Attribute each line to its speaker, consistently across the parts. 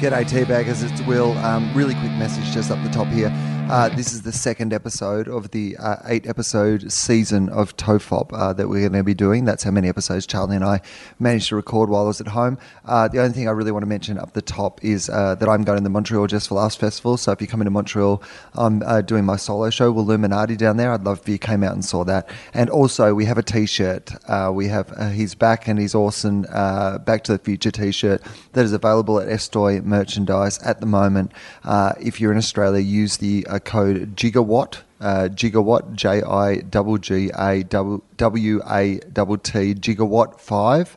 Speaker 1: Get IT baggers, it's Will. Um, really quick message just up the top here. Uh, this is the second episode of the uh, eight episode season of TOEFOP uh, that we're going to be doing. That's how many episodes Charlie and I managed to record while I was at home. Uh, the only thing I really want to mention up the top is uh, that I'm going to the Montreal Just for Laughs Festival. So if you come into Montreal, I'm uh, doing my solo show, Will Luminati, down there. I'd love if you came out and saw that. And also, we have a t shirt. Uh, we have uh, He's Back and He's Awesome uh, Back to the Future t shirt that is available at Estoy merchandise at the moment. Uh, if you're in Australia, use the uh, code GIGAWATT. Uh, gigawatt J I double G A double W A double T gigawatt five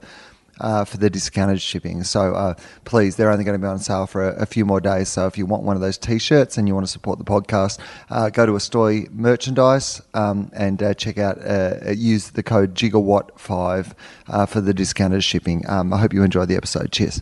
Speaker 1: uh, for the discounted shipping. So uh, please, they're only going to be on sale for a, a few more days. So if you want one of those t-shirts and you want to support the podcast, uh, go to Astoy Merchandise um, and uh, check out. Uh, uh, use the code Gigawatt Five uh, for the discounted shipping. Um, I hope you enjoyed the episode. Cheers.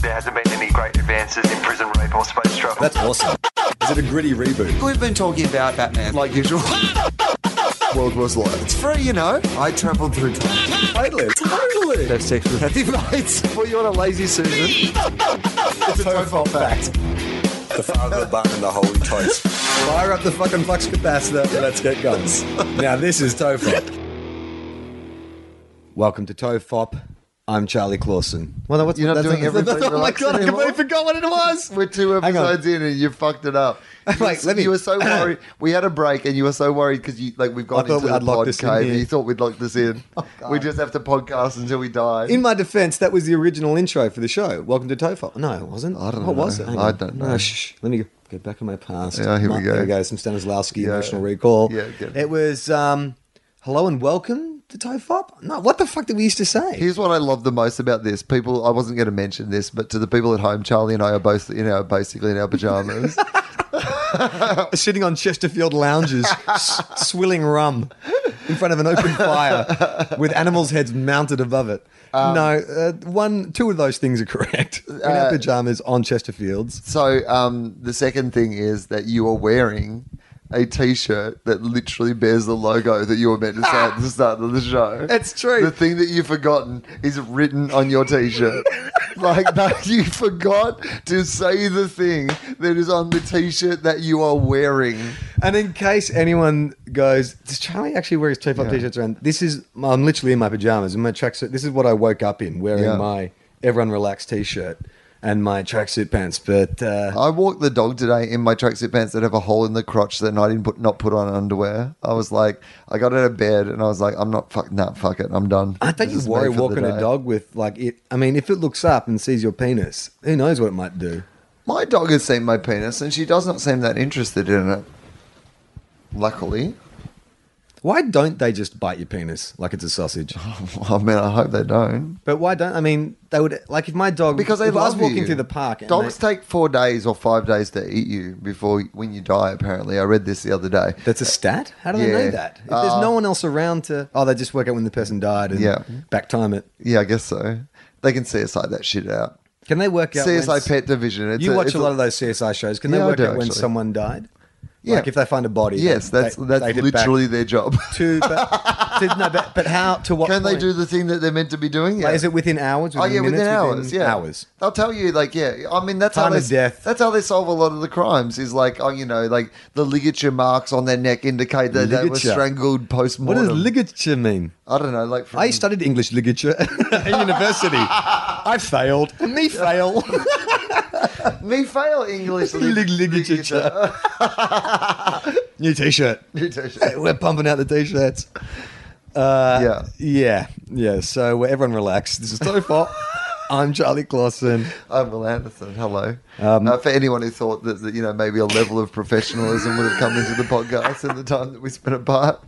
Speaker 2: There hasn't been any great advances in prison rape or space travel.
Speaker 3: That's awesome. Is it a gritty reboot?
Speaker 4: We've been talking about Batman like usual.
Speaker 1: World was like
Speaker 4: It's free, you know. I travelled through time.
Speaker 3: Totally. Totally.
Speaker 4: Have sex with happy mates.
Speaker 1: Well, you're on a lazy Susan.
Speaker 3: It's a tofop fact.
Speaker 5: The father of the bun and the holy toast.
Speaker 3: Fire up the fucking flux capacitor and let's get going. now this is tofop. Welcome to tofop. I'm Charlie Clausen.
Speaker 1: Well, no, what's, you're not
Speaker 3: That's-
Speaker 1: doing
Speaker 3: that's-
Speaker 1: everything.
Speaker 3: Oh my
Speaker 1: relaxed
Speaker 3: god! I
Speaker 1: anymore.
Speaker 3: completely forgot what it was.
Speaker 1: We're two
Speaker 3: Hang on.
Speaker 1: episodes in and you fucked it up. You
Speaker 3: Wait,
Speaker 1: were-
Speaker 3: let me-
Speaker 1: You were so worried. We had a break and you were so worried because you like we've gone
Speaker 3: I thought
Speaker 1: into the
Speaker 3: I'd locked
Speaker 1: pod
Speaker 3: this in
Speaker 1: cave.
Speaker 3: here. Oh,
Speaker 1: and You thought we'd lock this in. we just have to podcast until we die.
Speaker 3: In my defense, that was the original intro for the show. Welcome to Tofop. No, it wasn't.
Speaker 1: I don't
Speaker 3: What
Speaker 1: know.
Speaker 3: was it? Hang
Speaker 1: I
Speaker 3: on.
Speaker 1: don't
Speaker 3: No,
Speaker 1: know.
Speaker 3: shh, shh. Let me go back in my past.
Speaker 1: Yeah, here we
Speaker 3: Ma-
Speaker 1: go.
Speaker 3: There we go. Some Stanislavski
Speaker 1: Yeah.
Speaker 3: emotional recall.
Speaker 1: Yeah, good.
Speaker 3: It was um, hello and welcome to Tofop. No, what the fuck did we used to say?
Speaker 1: Here's what I love the most about this. People, I wasn't going to mention this, but to the people at home, Charlie and I are both in our basically in our pajamas.
Speaker 3: Sitting on Chesterfield lounges, s- swilling rum in front of an open fire with animals' heads mounted above it.
Speaker 1: Um,
Speaker 3: no, uh, one, two of those things are correct. In
Speaker 1: uh,
Speaker 3: our pajamas on Chesterfields.
Speaker 1: so um, the second thing is that you are wearing a T-shirt that literally bears the logo that you were meant to say at the start of the show.
Speaker 3: It's true.
Speaker 1: The thing that you've forgotten is written on your T-shirt. like that, you forgot to say the thing that is on the T-shirt that you are wearing.
Speaker 3: And in case anyone goes, does Charlie actually wear his toe pop t-shirts around? This is I'm literally in my pajamas and my tracksuit. This is what I woke up in, wearing
Speaker 1: Yeah.
Speaker 3: my everyone relax t-shirt and my tracksuit pants. But uh,
Speaker 1: I walked the dog today in my tracksuit pants that have a hole in the crotch that I didn't put not put on underwear. I was like, I got out of bed and I was like, I'm not fuck nah, fuck it, I'm done.
Speaker 3: I
Speaker 1: This
Speaker 3: think you
Speaker 1: is
Speaker 3: worry
Speaker 1: me for the
Speaker 3: walking a
Speaker 1: day.
Speaker 3: dog with like it. I mean, if it looks up and sees your penis, who knows what it might do?
Speaker 1: My dog has seen my penis and she does not seem that interested in it. Luckily,
Speaker 3: Why don't they just bite your penis like it's a sausage?
Speaker 1: I mean, I hope they don't
Speaker 3: But why don't I mean they would like if my dog
Speaker 1: because they
Speaker 3: if
Speaker 1: love
Speaker 3: I was walking
Speaker 1: you.
Speaker 3: through the park and
Speaker 1: Dogs
Speaker 3: they-
Speaker 1: take four days or five days to eat you before when you die. Apparently, I read this the other day.
Speaker 3: That's a stat. How do they
Speaker 1: Yeah. Uh,
Speaker 3: know that? If there's no one else around to, oh, they just work out when the person died and
Speaker 1: Yeah.
Speaker 3: back time it.
Speaker 1: Yeah, I guess so. They can CSI that shit out.
Speaker 3: Can they work out? when-
Speaker 1: CSI Pet Division. It's
Speaker 3: you watch
Speaker 1: it's
Speaker 3: a lot of those CSI shows. Can
Speaker 1: Yeah,
Speaker 3: they
Speaker 1: I
Speaker 3: work
Speaker 1: do,
Speaker 3: out when
Speaker 1: actually.
Speaker 3: someone died?
Speaker 1: Yeah.
Speaker 3: Like if they find a body.
Speaker 1: Yes,
Speaker 3: they-
Speaker 1: that's
Speaker 3: they-
Speaker 1: that's
Speaker 3: they did back
Speaker 1: literally their job.
Speaker 3: to, but, to- no, but, but how to what?
Speaker 1: Can they
Speaker 3: point?
Speaker 1: do the thing that they're meant to be doing? Yeah.
Speaker 3: Like, is it within hours?
Speaker 1: Oh
Speaker 3: Within
Speaker 1: yeah,
Speaker 3: minutes,
Speaker 1: within hours. Yeah,
Speaker 3: hours.
Speaker 1: They'll tell you like yeah. I mean that's
Speaker 3: Time
Speaker 1: how
Speaker 3: of
Speaker 1: they,
Speaker 3: death.
Speaker 1: That's how they solve a lot of the crimes. Is like oh you know like the ligature marks on their neck indicate that they were
Speaker 3: Ligature.
Speaker 1: strangled post
Speaker 3: What
Speaker 1: mortem.
Speaker 3: does ligature mean?
Speaker 1: I don't know. Like from,
Speaker 3: I studied English ligature at university. I failed. Me fail.
Speaker 1: me fail English lig-
Speaker 3: Lig- ligature. New T-shirt.
Speaker 1: ligature.
Speaker 3: We're pumping out the t-shirts. Uh,
Speaker 1: Yeah.
Speaker 3: yeah, yeah. So uh, everyone relax. This is Tofop. I'm Charlie Clausen.
Speaker 1: I'm Will Anderson. Hello.
Speaker 3: Um,
Speaker 1: Uh, for anyone who thought that, that you know maybe a level of professionalism would have come into the podcast in the time that we spent apart,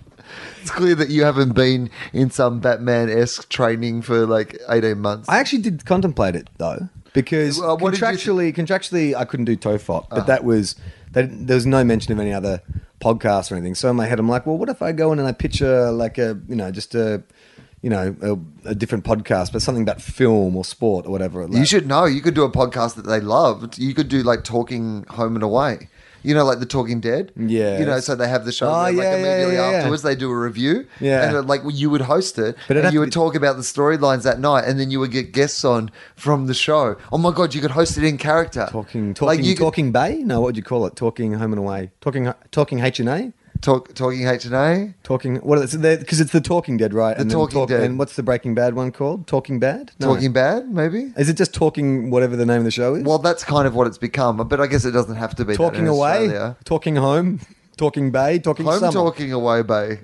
Speaker 1: it's clear that you haven't been in some Batman-esque training for like 18 months.
Speaker 3: I actually did contemplate it though because
Speaker 1: Well, what did you
Speaker 3: Ah. contractually, contractually, I couldn't do Tofop, but that was They, didn't- there was no mention of any other podcast or anything. So in my head, I'm like, well, what if I go in and I picture like a, you know, just a, you know, a, a different podcast, but something about film or sport or whatever.
Speaker 1: You
Speaker 3: like-
Speaker 1: should know. You could do a podcast that they loved. You could do like talking home and away. You know, like the Talking Dead.
Speaker 3: Yeah.
Speaker 1: You know, so they have the show.
Speaker 3: Oh,
Speaker 1: and then,
Speaker 3: yeah,
Speaker 1: like
Speaker 3: yeah,
Speaker 1: immediately
Speaker 3: yeah, yeah.
Speaker 1: afterwards, they do a review.
Speaker 3: Yeah.
Speaker 1: And uh, like you would host it,
Speaker 3: But it'd
Speaker 1: and
Speaker 3: have
Speaker 1: you
Speaker 3: to
Speaker 1: would
Speaker 3: be-
Speaker 1: talk about the storylines that night, and then you would get guests on from the show. Oh my god, you could host it in character.
Speaker 3: Talking, talking,
Speaker 1: you could-
Speaker 3: talking bay? No, what would you call it? Talking home and away. Talking, talking H and A.
Speaker 1: talk, talking H and A.
Speaker 3: Talking. What is it? Because it's the Talking Dead, right?
Speaker 1: The
Speaker 3: and then
Speaker 1: Talking Dead.
Speaker 3: And what's the Breaking Bad one called? Talking Bad. No.
Speaker 1: Talking bad, maybe.
Speaker 3: Is it just talking? Whatever the name of the show is.
Speaker 1: Well, that's kind of what it's become, but I guess it doesn't have to be that in
Speaker 3: talking away.
Speaker 1: Australia.
Speaker 3: Talking home. Talking bay. Talking
Speaker 1: Home
Speaker 3: summer.
Speaker 1: talking away, bay.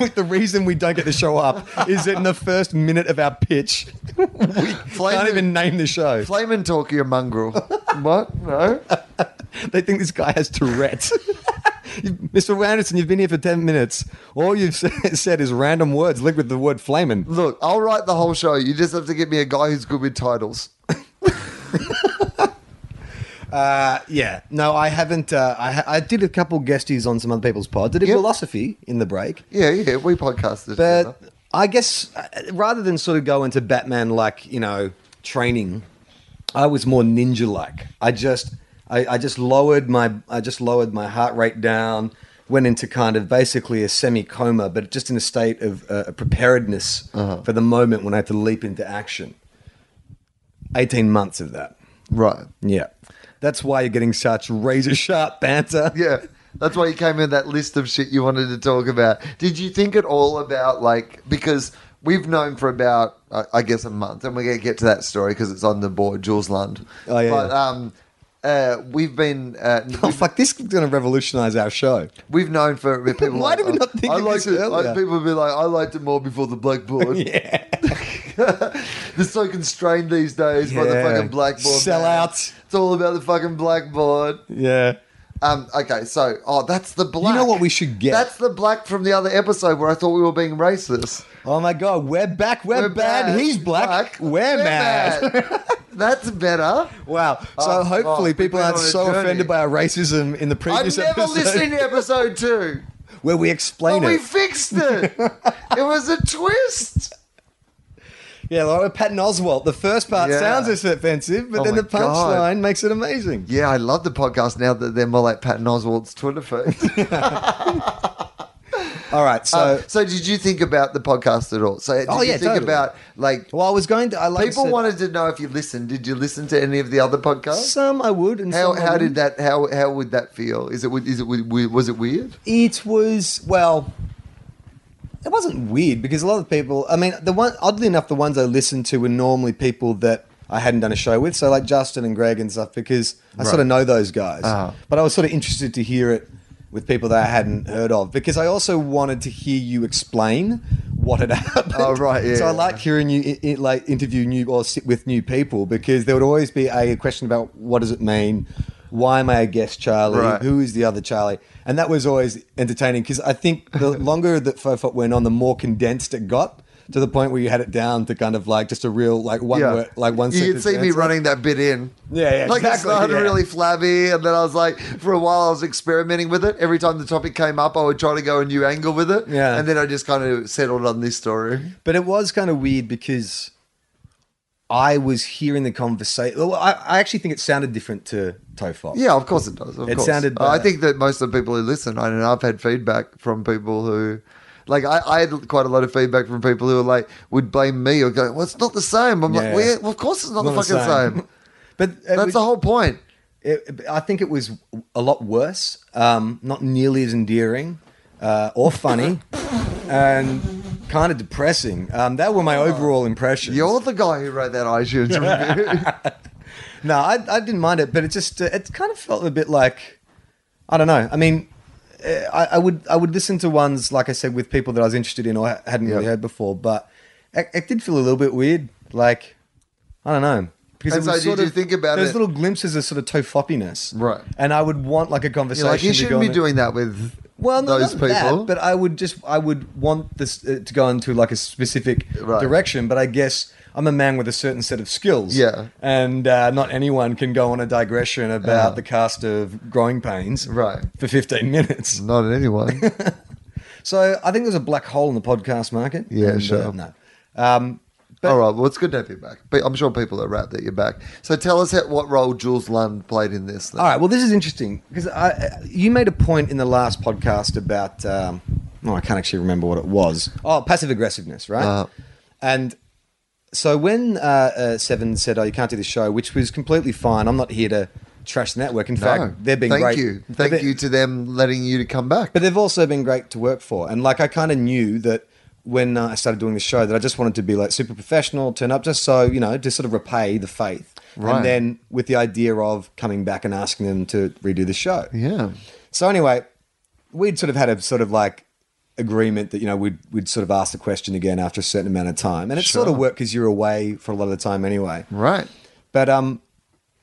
Speaker 3: With the reason we don't get the show up is that in the first minute of our pitch, we can't even name the show.
Speaker 1: Flamin' talking a mongrel. what? No.
Speaker 3: They think this guy has Tourette's. You- Mr. Anderson, you've been here for 10 minutes. All you've said said is random words linked with the word flamin'.
Speaker 1: Look, I'll write the whole show. You just have to give me a guy who's good with titles.
Speaker 3: Uh, yeah. No, I haven't. Uh, I, ha- I did a couple guesties on some other people's pods. I did
Speaker 1: Yep.
Speaker 3: philosophy in the break.
Speaker 1: Yeah, yeah, we podcasted.
Speaker 3: But I guess uh, rather than sort of go into Batman like, you know, training, I was more ninja like. I just I, I just lowered my I just lowered my heart rate down, went into kind of basically a semi coma, but just in a state of uh, preparedness for the moment when I had to leap into action. 18 months of that.
Speaker 1: right.
Speaker 3: Yeah. That's why you're getting such razor sharp banter.
Speaker 1: Yeah. That's why you came in that list of shit you wanted to talk about. Did you think at all about, like, because we've known for about, uh, I guess, a month, and we're going to get to that story because it's on the board, Jules Lund.
Speaker 3: Oh, yeah,
Speaker 1: But,
Speaker 3: yeah.
Speaker 1: um, uh, we've been uh,
Speaker 3: Oh, fuck, this is going to revolutionize our show.
Speaker 1: we've known for people.
Speaker 3: Why
Speaker 1: like,
Speaker 3: did we not think
Speaker 1: I
Speaker 3: of
Speaker 1: liked
Speaker 3: this
Speaker 1: it. Like,
Speaker 3: earlier?
Speaker 1: people would be like, I liked it more before the blackboard.
Speaker 3: Yeah.
Speaker 1: They're so constrained these days by the
Speaker 3: Yeah.
Speaker 1: fucking blackboard. man.
Speaker 3: Sellouts.
Speaker 1: It's all about the fucking blackboard.
Speaker 3: Yeah.
Speaker 1: Um, okay, so oh, that's the black.
Speaker 3: know what we should get?
Speaker 1: That's the black from the other episode where I thought we were being racist.
Speaker 3: Oh my god, we're back, we're, bad. He's black, we're, mad.
Speaker 1: mad. that's better.
Speaker 3: Wow. So
Speaker 1: Oh,
Speaker 3: hopefully
Speaker 1: oh,
Speaker 3: people
Speaker 1: we've been
Speaker 3: aren't
Speaker 1: on a
Speaker 3: so
Speaker 1: journey.
Speaker 3: offended by our racism in the
Speaker 1: I've
Speaker 3: previous
Speaker 1: never
Speaker 3: episode
Speaker 1: listened to episode two,
Speaker 3: where we
Speaker 1: but
Speaker 3: explain
Speaker 1: we
Speaker 3: it.
Speaker 1: fixed it. it was a twist.
Speaker 3: yeah, like with Patton Oswalt. The first part
Speaker 1: Yeah.
Speaker 3: sounds as offensive, but
Speaker 1: Oh
Speaker 3: then
Speaker 1: my
Speaker 3: the
Speaker 1: God.
Speaker 3: punchline makes it amazing.
Speaker 1: Yeah, I love the podcast now that they're more like Patton Oswald's Twitter feed.
Speaker 3: All right, so
Speaker 1: Uh, so, did you think about the podcast at all? So, did
Speaker 3: Oh,
Speaker 1: you
Speaker 3: yeah,
Speaker 1: think
Speaker 3: totally.
Speaker 1: about like
Speaker 3: well, I was going to. I like
Speaker 1: People
Speaker 3: said-
Speaker 1: wanted to know if you listened. Did you listen to any of the other podcasts?
Speaker 3: some. I would. And
Speaker 1: How
Speaker 3: some I
Speaker 1: how did
Speaker 3: wouldn't.
Speaker 1: that how how would that feel? Is it is it was it weird?
Speaker 3: It was well. It wasn't weird because a lot of people. I mean, the one oddly enough, the ones I listened to were normally people that I hadn't done a show with, so like Justin and Greg and stuff, because I sort of know those guys.
Speaker 1: Ah.
Speaker 3: But I was sort of interested to hear it with people that I hadn't heard of because I also wanted to hear you explain what had happened.
Speaker 1: Oh, right, yeah,
Speaker 3: So I
Speaker 1: yeah.
Speaker 3: like hearing you i i like interview new or sit with new people because there would always be a question about what does it mean. Why am I a guest, Charlie?
Speaker 1: Right.
Speaker 3: Who is the other Charlie? And that was always entertaining because I think the longer that Fofop went on, the more condensed it got to the point where you had it down to kind of like just a real like one word, like one.
Speaker 1: You can
Speaker 3: sentence
Speaker 1: see me
Speaker 3: answer.
Speaker 1: running that bit in.
Speaker 3: Yeah, yeah,
Speaker 1: Like
Speaker 3: exactly,
Speaker 1: it started
Speaker 3: yeah.
Speaker 1: really flabby, and then I was like, for a while, I was experimenting with it. Every time the topic came up, I would try to go a new angle with it.
Speaker 3: Yeah.
Speaker 1: and then I just kind of settled on this story.
Speaker 3: But it was kind of weird because I was hearing the conversation. Well, I, I actually think it sounded different to Tofop.
Speaker 1: Yeah, of course it does. Of
Speaker 3: It
Speaker 1: course. Uh,
Speaker 3: sounded
Speaker 1: I
Speaker 3: bad.
Speaker 1: think that most of the people who listen, I know I've had feedback from people who, like, I, I had quite a lot of feedback from people who were like, would blame me or go, well, it's not the same. I'm like,
Speaker 3: Yeah.
Speaker 1: well, yeah, well, of course it's not, the fucking same.
Speaker 3: but it
Speaker 1: That's
Speaker 3: was-
Speaker 1: the whole point.
Speaker 3: it, I think it was a lot worse. Um, not nearly as endearing uh, or funny, and kind of depressing. Um, that were my overall impressions.
Speaker 1: You're the guy who wrote that iTunes review.
Speaker 3: No, I, I didn't mind it, but it just uh, it kind of felt a bit like I don't know. I mean, uh, I, I would I would listen to ones like I said with people that I was interested in or ha- hadn't really
Speaker 1: Yeah.
Speaker 3: heard before, but it, it did feel a little bit weird. Like I don't know. Because
Speaker 1: And so did you think about
Speaker 3: those
Speaker 1: it-
Speaker 3: little glimpses of sort of tofoppiness,
Speaker 1: Right.
Speaker 3: And I would want like a conversation.
Speaker 1: You're like, you
Speaker 3: to go
Speaker 1: shouldn't be
Speaker 3: on a-
Speaker 1: doing that with
Speaker 3: well, no,
Speaker 1: those
Speaker 3: not that,
Speaker 1: people.
Speaker 3: but I would just I would want this uh, to go into like a specific
Speaker 1: Right.
Speaker 3: direction. But I guess I'm a man with a certain set of skills.
Speaker 1: Yeah.
Speaker 3: And uh, not anyone can go on a digression about the cast of Growing Pains
Speaker 1: Uh-huh. Right. Mm-hmm.
Speaker 3: for 15 minutes.
Speaker 1: Not at anyone.
Speaker 3: So I think there's a black hole in the podcast market.
Speaker 1: Yeah,
Speaker 3: and, uh,
Speaker 1: sure.
Speaker 3: no. Um,
Speaker 1: All right. Well, it's good to have you back. But I'm sure people are wrapped that you're back. So tell us how, what role Jules Lund played in this. Then.
Speaker 3: All right. Well, this is interesting because I, you made a point in the last podcast about. Um, oh, I can't actually remember what it was. Oh, passive aggressiveness, right?
Speaker 1: Uh.
Speaker 3: and so when uh, uh, Seven said, "Oh, you can't do this show," which was completely fine. I'm not here to trash the network. In
Speaker 1: No.
Speaker 3: fact, they're being
Speaker 1: Thank
Speaker 3: great.
Speaker 1: you.
Speaker 3: They've
Speaker 1: Thank
Speaker 3: been-
Speaker 1: you to them letting you to come back.
Speaker 3: but they've also been great to work for. And like I kind of knew that when uh, I started doing the show that I just wanted to be like super professional, turn up just so you know, just sort of repay the faith.
Speaker 1: Right.
Speaker 3: And then with the idea of coming back and asking them to redo the show.
Speaker 1: yeah.
Speaker 3: So anyway, we'd sort of had a sort of like agreement that you know we'd we'd sort of ask the question again after a certain amount of time, and it sort of
Speaker 1: Sure.
Speaker 3: worked because you're away for a lot of the time anyway.
Speaker 1: Right.
Speaker 3: But um,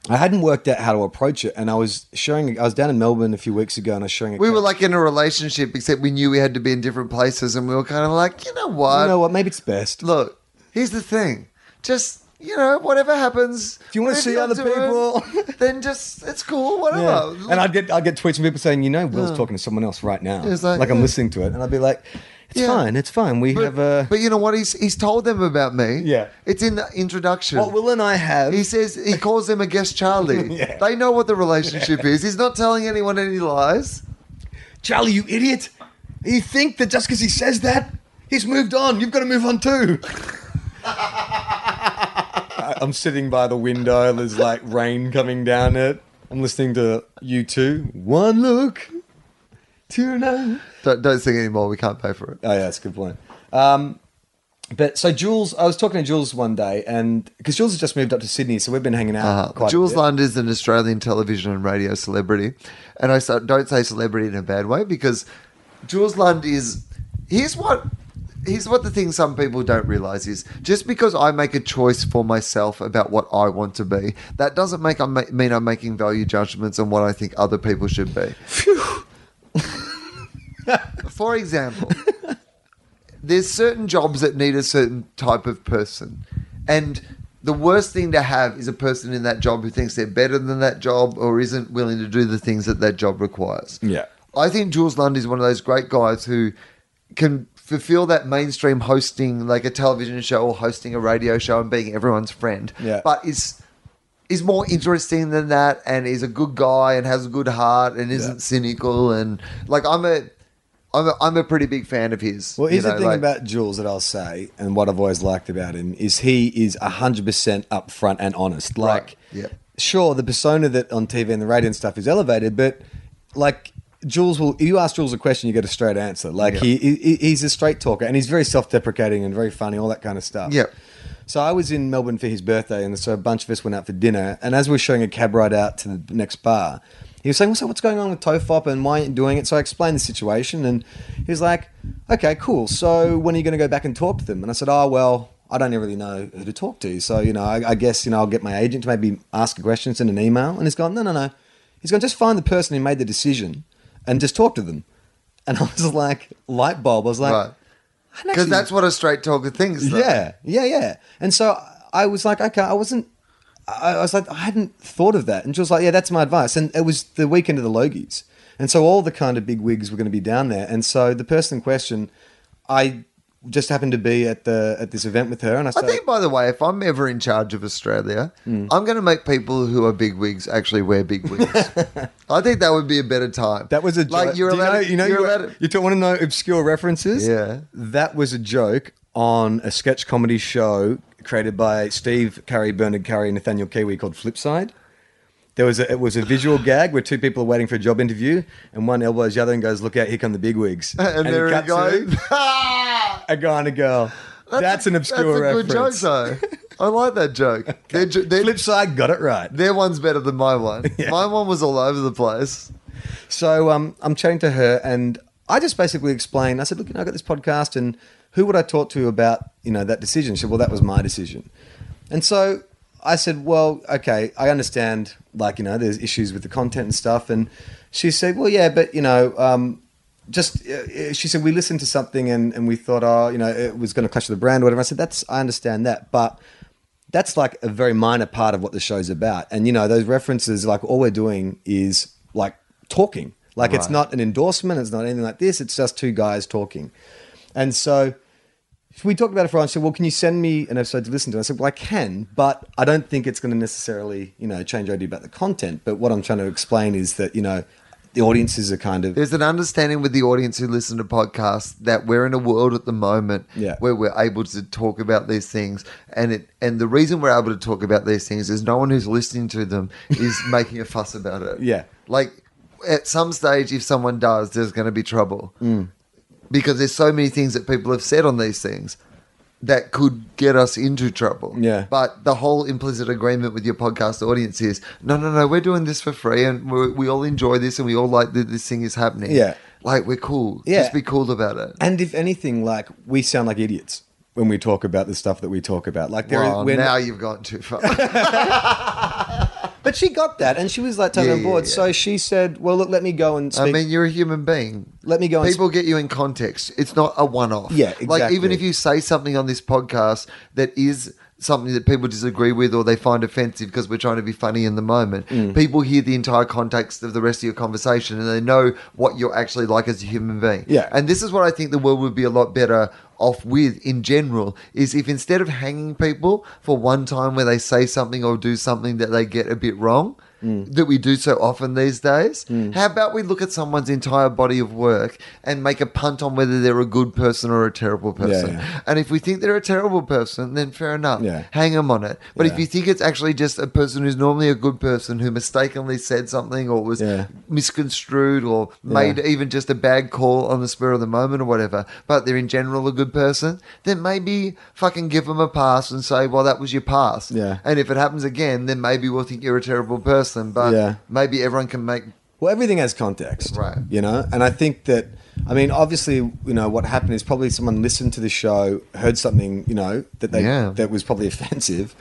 Speaker 3: I hadn't worked out how to approach it, and I was showing. I was down in Melbourne a few weeks ago, and I was showing. a
Speaker 1: We were
Speaker 3: couple-
Speaker 1: like in a relationship, except we knew we had to be in different places, and we were kind of like, you know what?
Speaker 3: you know what? Maybe it's best.
Speaker 1: Look, here's the thing. Just you know, whatever happens.
Speaker 3: If you wanna
Speaker 1: whatever
Speaker 3: see
Speaker 1: you're
Speaker 3: other
Speaker 1: doing,
Speaker 3: people-
Speaker 1: then just it's cool. Whatever.
Speaker 3: Yeah.
Speaker 1: Oh, Look,
Speaker 3: And I'd get I'd get tweets from people saying, you know, Will's talking to someone else right now.
Speaker 1: It's like,
Speaker 3: like, I'm
Speaker 1: yeah.
Speaker 3: listening to it, and I'd be like, it's
Speaker 1: Yeah.
Speaker 3: fine, it's fine. We
Speaker 1: but,
Speaker 3: have uh, a.
Speaker 1: but you know what? He's he's told them about me.
Speaker 3: Yeah. Oh,
Speaker 1: It's in the introduction.
Speaker 3: what Will and I have.
Speaker 1: He says he calls him a guest Charlie.
Speaker 3: Yeah.
Speaker 1: They know what the relationship is. He's not telling anyone any lies.
Speaker 3: Charlie, you idiot! You think that just because he says that, he's moved on. You've got to move on too. I- I'm sitting by the window. There's like rain coming down it. I'm listening to you 2 One look, two now.
Speaker 1: Don't, don't sing anymore. We can't pay for it.
Speaker 3: Oh yeah, that's a good point. Um, but so Jules, I was talking to Jules one day, and because Jules has just moved up to Sydney, so we've been hanging out.
Speaker 1: Uh,
Speaker 3: quite a
Speaker 1: Jules
Speaker 3: bit.
Speaker 1: Lund is an Australian television and radio celebrity, and I sa- don't say celebrity in a bad way because Jules Lund is. Here's what. Here's what the thing some people don't realize is just because I make a choice for myself about what I want to be, that doesn't make I ma- mean I'm making value judgments on what I think other people should be. for example, there's certain jobs that need a certain type of person. And the worst thing to have is a person in that job who thinks they're better than that job or isn't willing to do the things that that job requires.
Speaker 3: Yeah.
Speaker 1: I think Jules Lund is one of those great guys who can fulfill that mainstream hosting, like a television show or hosting a radio show and being everyone's friend.
Speaker 3: Yeah.
Speaker 1: But is is more interesting than that and is a good guy and has a good heart and isn't cynical and like I'm a I'm a, I'm a pretty big fan of his.
Speaker 3: Well,
Speaker 1: you
Speaker 3: here's
Speaker 1: know,
Speaker 3: the thing
Speaker 1: like-
Speaker 3: about Jules that I'll say, and what I've always liked about him is he is hundred percent upfront and honest. Like,
Speaker 1: Yeah.
Speaker 3: sure, the persona that on TV and the radio and stuff is elevated, but like Jules will, you ask Jules a question, you get a straight answer. Like
Speaker 1: Yeah.
Speaker 3: he, he, he's a straight talker, and he's very self-deprecating and very funny, all that kind of stuff.
Speaker 1: Yeah.
Speaker 3: So I was in Melbourne for his birthday, and so a bunch of us went out for dinner. And as we were showing a cab ride out to the next bar, he was saying, well, so what's going on with Tofop and why aren't you doing it? So I explained the situation, and he was like, okay, cool. So when are you going to go back and talk to them? And I said, oh, well, I don't really know who to talk to. So, you know, I, I guess, you know, I'll get my agent to maybe ask a question, send an email. And he's gone, no, no, no. He's gone, just find the person who made the decision and just talk to them. And I was like, light bulb. I was like,
Speaker 1: Right.
Speaker 3: I don't
Speaker 1: Because
Speaker 3: actually-
Speaker 1: that's what a straight talker thinks. though.
Speaker 3: yeah, yeah, yeah. And so I was like, okay, I wasn't. I I was like, I hadn't thought of that. And she was like, yeah, that's my advice. And it was the weekend of the Logies, and so all the kind of big wigs were going to be down there. And so the person in question, I just happened to be at the at this event with her, and I
Speaker 1: I
Speaker 3: started.
Speaker 1: think, by the way, if I'm ever in charge of Australia,
Speaker 3: Hmm.
Speaker 1: I'm going to make people who are big wigs actually wear big wigs. I think that would be a better time.
Speaker 3: that was a joke.
Speaker 1: like you're
Speaker 3: Do you
Speaker 1: allowed.
Speaker 3: know, you know,
Speaker 1: you're
Speaker 3: you
Speaker 1: allowed.
Speaker 3: you don't want to know obscure references.
Speaker 1: Yeah.
Speaker 3: that was a joke on a sketch comedy show created by Steve Curry, Bernard Curry, and Nathaniel Kiwi called Flipside. There was a, it was a visual gag where two people are waiting for a job interview, and one elbows the other and goes, "Look out! Here come the bigwigs!"
Speaker 1: and,
Speaker 3: it
Speaker 1: there it
Speaker 3: cuts
Speaker 1: goes.
Speaker 3: to A guy and a girl. That's, an obscure
Speaker 1: That's a
Speaker 3: reference.
Speaker 1: good joke, though. I like that joke. Their, jo- their,
Speaker 3: Flipside got it right.
Speaker 1: their one's better than my one. My one was all over the place.
Speaker 3: So um, I'm chatting to her, and I just basically explained. I said, "Look, you know, I got this podcast, and who would I talk to about you know that decision?" She said, "Well, that was my decision." And so I said, "Well, okay, I understand. Like, you know, there's issues with the content and stuff." And she said, "Well, yeah, but you know." Um, just uh, uh, she said we listened to something and, and we thought oh you know it was going to clash with the brand or whatever i said that's i understand that but that's like a very minor part of what the show's about. And you know, those references, like all we're doing is like talking. Like it's
Speaker 1: Right.
Speaker 3: not an endorsement, it's not anything like this, it's just two guys talking. And so we talked about it for a while and she said, Well, can you send me an episode to listen to? I said, Well, I can, but I don't think it's gonna necessarily, you know, change idea about the content. But what I'm trying to explain is that, you know, the audiences are kind of
Speaker 1: There's an understanding with the audience who listen to podcasts that we're in a world at the moment
Speaker 3: Yeah.
Speaker 1: where we're able to talk about these things, and it and the reason we're able to talk about these things is no one who's listening to them is making a fuss about it.
Speaker 3: Yeah.
Speaker 1: like at some stage, if someone does, there's going to be trouble
Speaker 3: Mm.
Speaker 1: because there's so many things that people have said on these things that could get us into trouble.
Speaker 3: Yeah.
Speaker 1: But the whole implicit agreement with your podcast audience is no, no, no, we're doing this for free and we we all enjoy this and we all like that this thing is happening.
Speaker 3: Yeah.
Speaker 1: Like we're cool.
Speaker 3: Yeah.
Speaker 1: Just be cool about it.
Speaker 3: And if anything, like we sound like idiots when we talk about the stuff that we talk about. Like there is
Speaker 1: Well,
Speaker 3: we're
Speaker 1: Oh, now
Speaker 3: not-
Speaker 1: you've gone too far.
Speaker 3: but she got that, and she was like totally
Speaker 1: Yeah,
Speaker 3: on
Speaker 1: yeah,
Speaker 3: board.
Speaker 1: yeah.
Speaker 3: So she said, "Well, look, let me go and speak."
Speaker 1: I mean, you're a human being.
Speaker 3: Let me go and
Speaker 1: People get you in context. It's not a one-off.
Speaker 3: Yeah,
Speaker 1: Like even
Speaker 3: exactly.
Speaker 1: if you say something on this podcast that is something that people disagree with or they find offensive because we're trying to be funny in the moment, people hear the entire context of the rest of your conversation and they know what you're actually like as a human being.
Speaker 3: Yeah.
Speaker 1: And this is what I think the world would be a lot better off with in general is if instead of hanging people for one time where they say something or do something that they get a bit wrong that we do so often these days how about we look at someone's entire body of work and make a punt on whether they're a good person or a terrible person
Speaker 3: yeah.
Speaker 1: and if we think they're a terrible person then fair enough
Speaker 3: Yeah.
Speaker 1: hang them on it but if
Speaker 3: Yeah.
Speaker 1: you think it's actually just a person who's normally a good person who mistakenly said something or was
Speaker 3: Yeah.
Speaker 1: misconstrued or made even just a bad call on the spur of the moment or whatever, but they're in general a good person, then maybe fucking give them a pass and say, well, that was your past.
Speaker 3: Yeah.
Speaker 1: And if it happens again, then maybe we'll think you're a terrible person, but
Speaker 3: Yeah.
Speaker 1: maybe everyone can make.
Speaker 3: well, everything has context,
Speaker 1: Right.
Speaker 3: You know, and I think that, I mean, obviously, you know, what happened is probably someone listened to the show, heard something, you know, that they
Speaker 1: Yeah.
Speaker 3: that was probably offensive,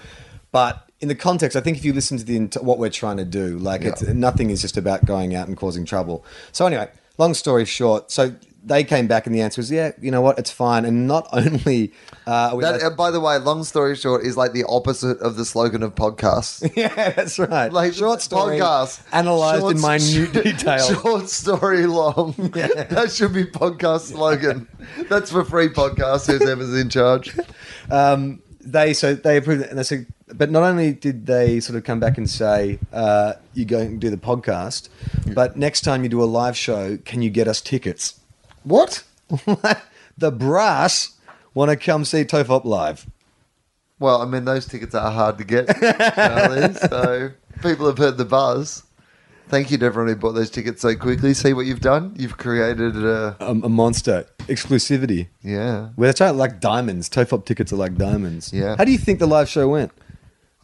Speaker 3: but in the context, I think if you listen to the int- what we're trying to do, like it's, nothing is just about going out and causing trouble. So anyway, long story short, so. They came back and the answer was, yeah, you know what, it's fine. And not only uh, are we
Speaker 1: That, uh, by the way, long story short, is like the opposite of the slogan of podcasts.
Speaker 3: Yeah, that's right.
Speaker 1: Like
Speaker 3: short story
Speaker 1: podcast
Speaker 3: analyzed in
Speaker 1: Short
Speaker 3: minute
Speaker 1: st-
Speaker 3: detail.
Speaker 1: Short story long. that should be podcast slogan. That's for free podcast. Who's ever's in charge?
Speaker 3: Um, they so they approved it, and they said, but not only did they sort of come back and say, uh, "You go and do the podcast, but next time you do a live show, can you get us tickets?"
Speaker 1: What?
Speaker 3: the brass want to come see Tofop live.
Speaker 1: Well, I mean, those tickets are hard to get, Charlie, so people have heard the buzz. Thank you to everyone who bought those tickets so quickly. See what you've done? You've created a
Speaker 3: Um, a monster exclusivity.
Speaker 1: yeah.
Speaker 3: Well, that's right, like diamonds. Tofop tickets are like diamonds.
Speaker 1: Yeah.
Speaker 3: How do you think the live show went?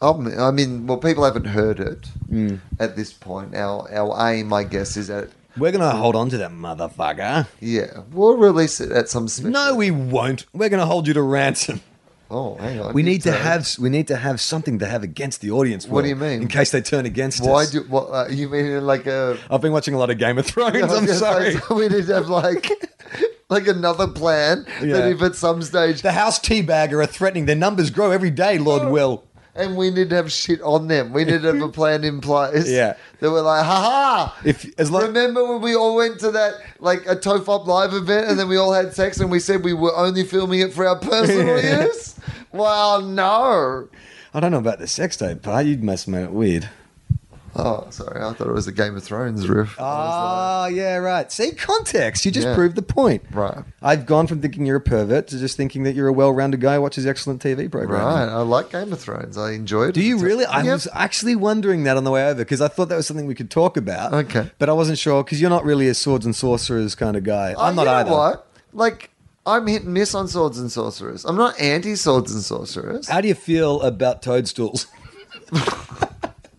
Speaker 1: Um, I mean, well, people haven't heard it
Speaker 3: Mm.
Speaker 1: at this point. Our our aim, I guess, is that
Speaker 3: We're gonna hold on to that motherfucker.
Speaker 1: yeah, we'll release it at some. Special.
Speaker 3: No, we won't. We're gonna hold you to ransom.
Speaker 1: Oh, hang on.
Speaker 3: We need to
Speaker 1: So-
Speaker 3: have we need to have something to have against the audience.
Speaker 1: What do you
Speaker 3: Will,
Speaker 1: mean?
Speaker 3: In case they turn against
Speaker 1: Why
Speaker 3: us.
Speaker 1: do what? Uh, you mean like a?
Speaker 3: I've been watching a lot of Game of Thrones. I'm sorry.
Speaker 1: we need to have like like another plan.
Speaker 3: Yeah.
Speaker 1: That if at some stage
Speaker 3: The House Teabagger are threatening. Their numbers grow every day. Lord Will.
Speaker 1: and we need to have shit on them. We need to have a plan in place.
Speaker 3: Yeah.
Speaker 1: That we're like, ha ha.
Speaker 3: If as long
Speaker 1: Remember when we all went to that like a Tofop live event and then we all had sex and we said we were only filming it for our personal
Speaker 3: Yeah.
Speaker 1: use? Well, no.
Speaker 3: I don't know about the sex tape part, you must have made it weird.
Speaker 1: Oh, sorry. I thought it was a Game of Thrones riff.
Speaker 3: Ah, yeah, right. See, context. You just
Speaker 1: Yeah.
Speaker 3: proved the point.
Speaker 1: Right.
Speaker 3: I've gone from thinking you're a pervert to just thinking that you're a well-rounded guy who watches excellent TV programming.
Speaker 1: Right. I like Game of Thrones. I enjoy it.
Speaker 3: Do you really? I
Speaker 1: Yep.
Speaker 3: was actually wondering that on the way over because I thought that was something we could talk about.
Speaker 1: Okay.
Speaker 3: But I wasn't sure because you're not really a swords and sorcerers kind of guy.
Speaker 1: Oh,
Speaker 3: I'm not
Speaker 1: you know
Speaker 3: either.
Speaker 1: What? Like, I'm hit and miss on swords and sorcerers. I'm not anti swords and sorcerers.
Speaker 3: How do you feel about toadstools?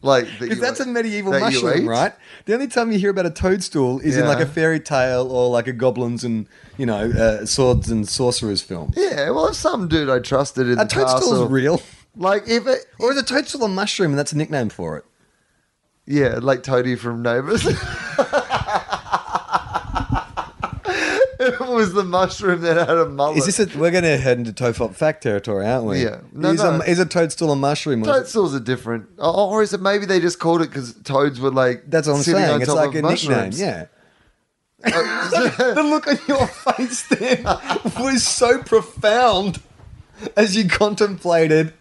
Speaker 1: Like, that
Speaker 3: Because
Speaker 1: you-
Speaker 3: that's a medieval
Speaker 1: that you
Speaker 3: mushroom,
Speaker 1: eat.
Speaker 3: right? The only time you hear about a toadstool is in
Speaker 1: Yeah.
Speaker 3: like a fairy tale or like a goblins and you know uh, swords and sorcerers film.
Speaker 1: Yeah, well, if some dude I trusted in
Speaker 3: A
Speaker 1: the castle,
Speaker 3: toadstool's real,
Speaker 1: like if it,
Speaker 3: or is a toadstool a mushroom and that's a nickname for it?
Speaker 1: yeah, like Toadie from Neighbours. it was the mushroom that had a mullet.
Speaker 3: Is this a, we're going to head into toadfop fact territory, aren't we?
Speaker 1: Yeah. No,
Speaker 3: is,
Speaker 1: no.
Speaker 3: A, is a toadstool a mushroom? Or is it-
Speaker 1: Toadstools are different, or or is it maybe they just called it because toads were like
Speaker 3: that's what I'm
Speaker 1: sitting on
Speaker 3: saying. It's
Speaker 1: top
Speaker 3: like
Speaker 1: of
Speaker 3: a
Speaker 1: mushrooms.
Speaker 3: nickname. Yeah. the look on your face then was so profound as you contemplated.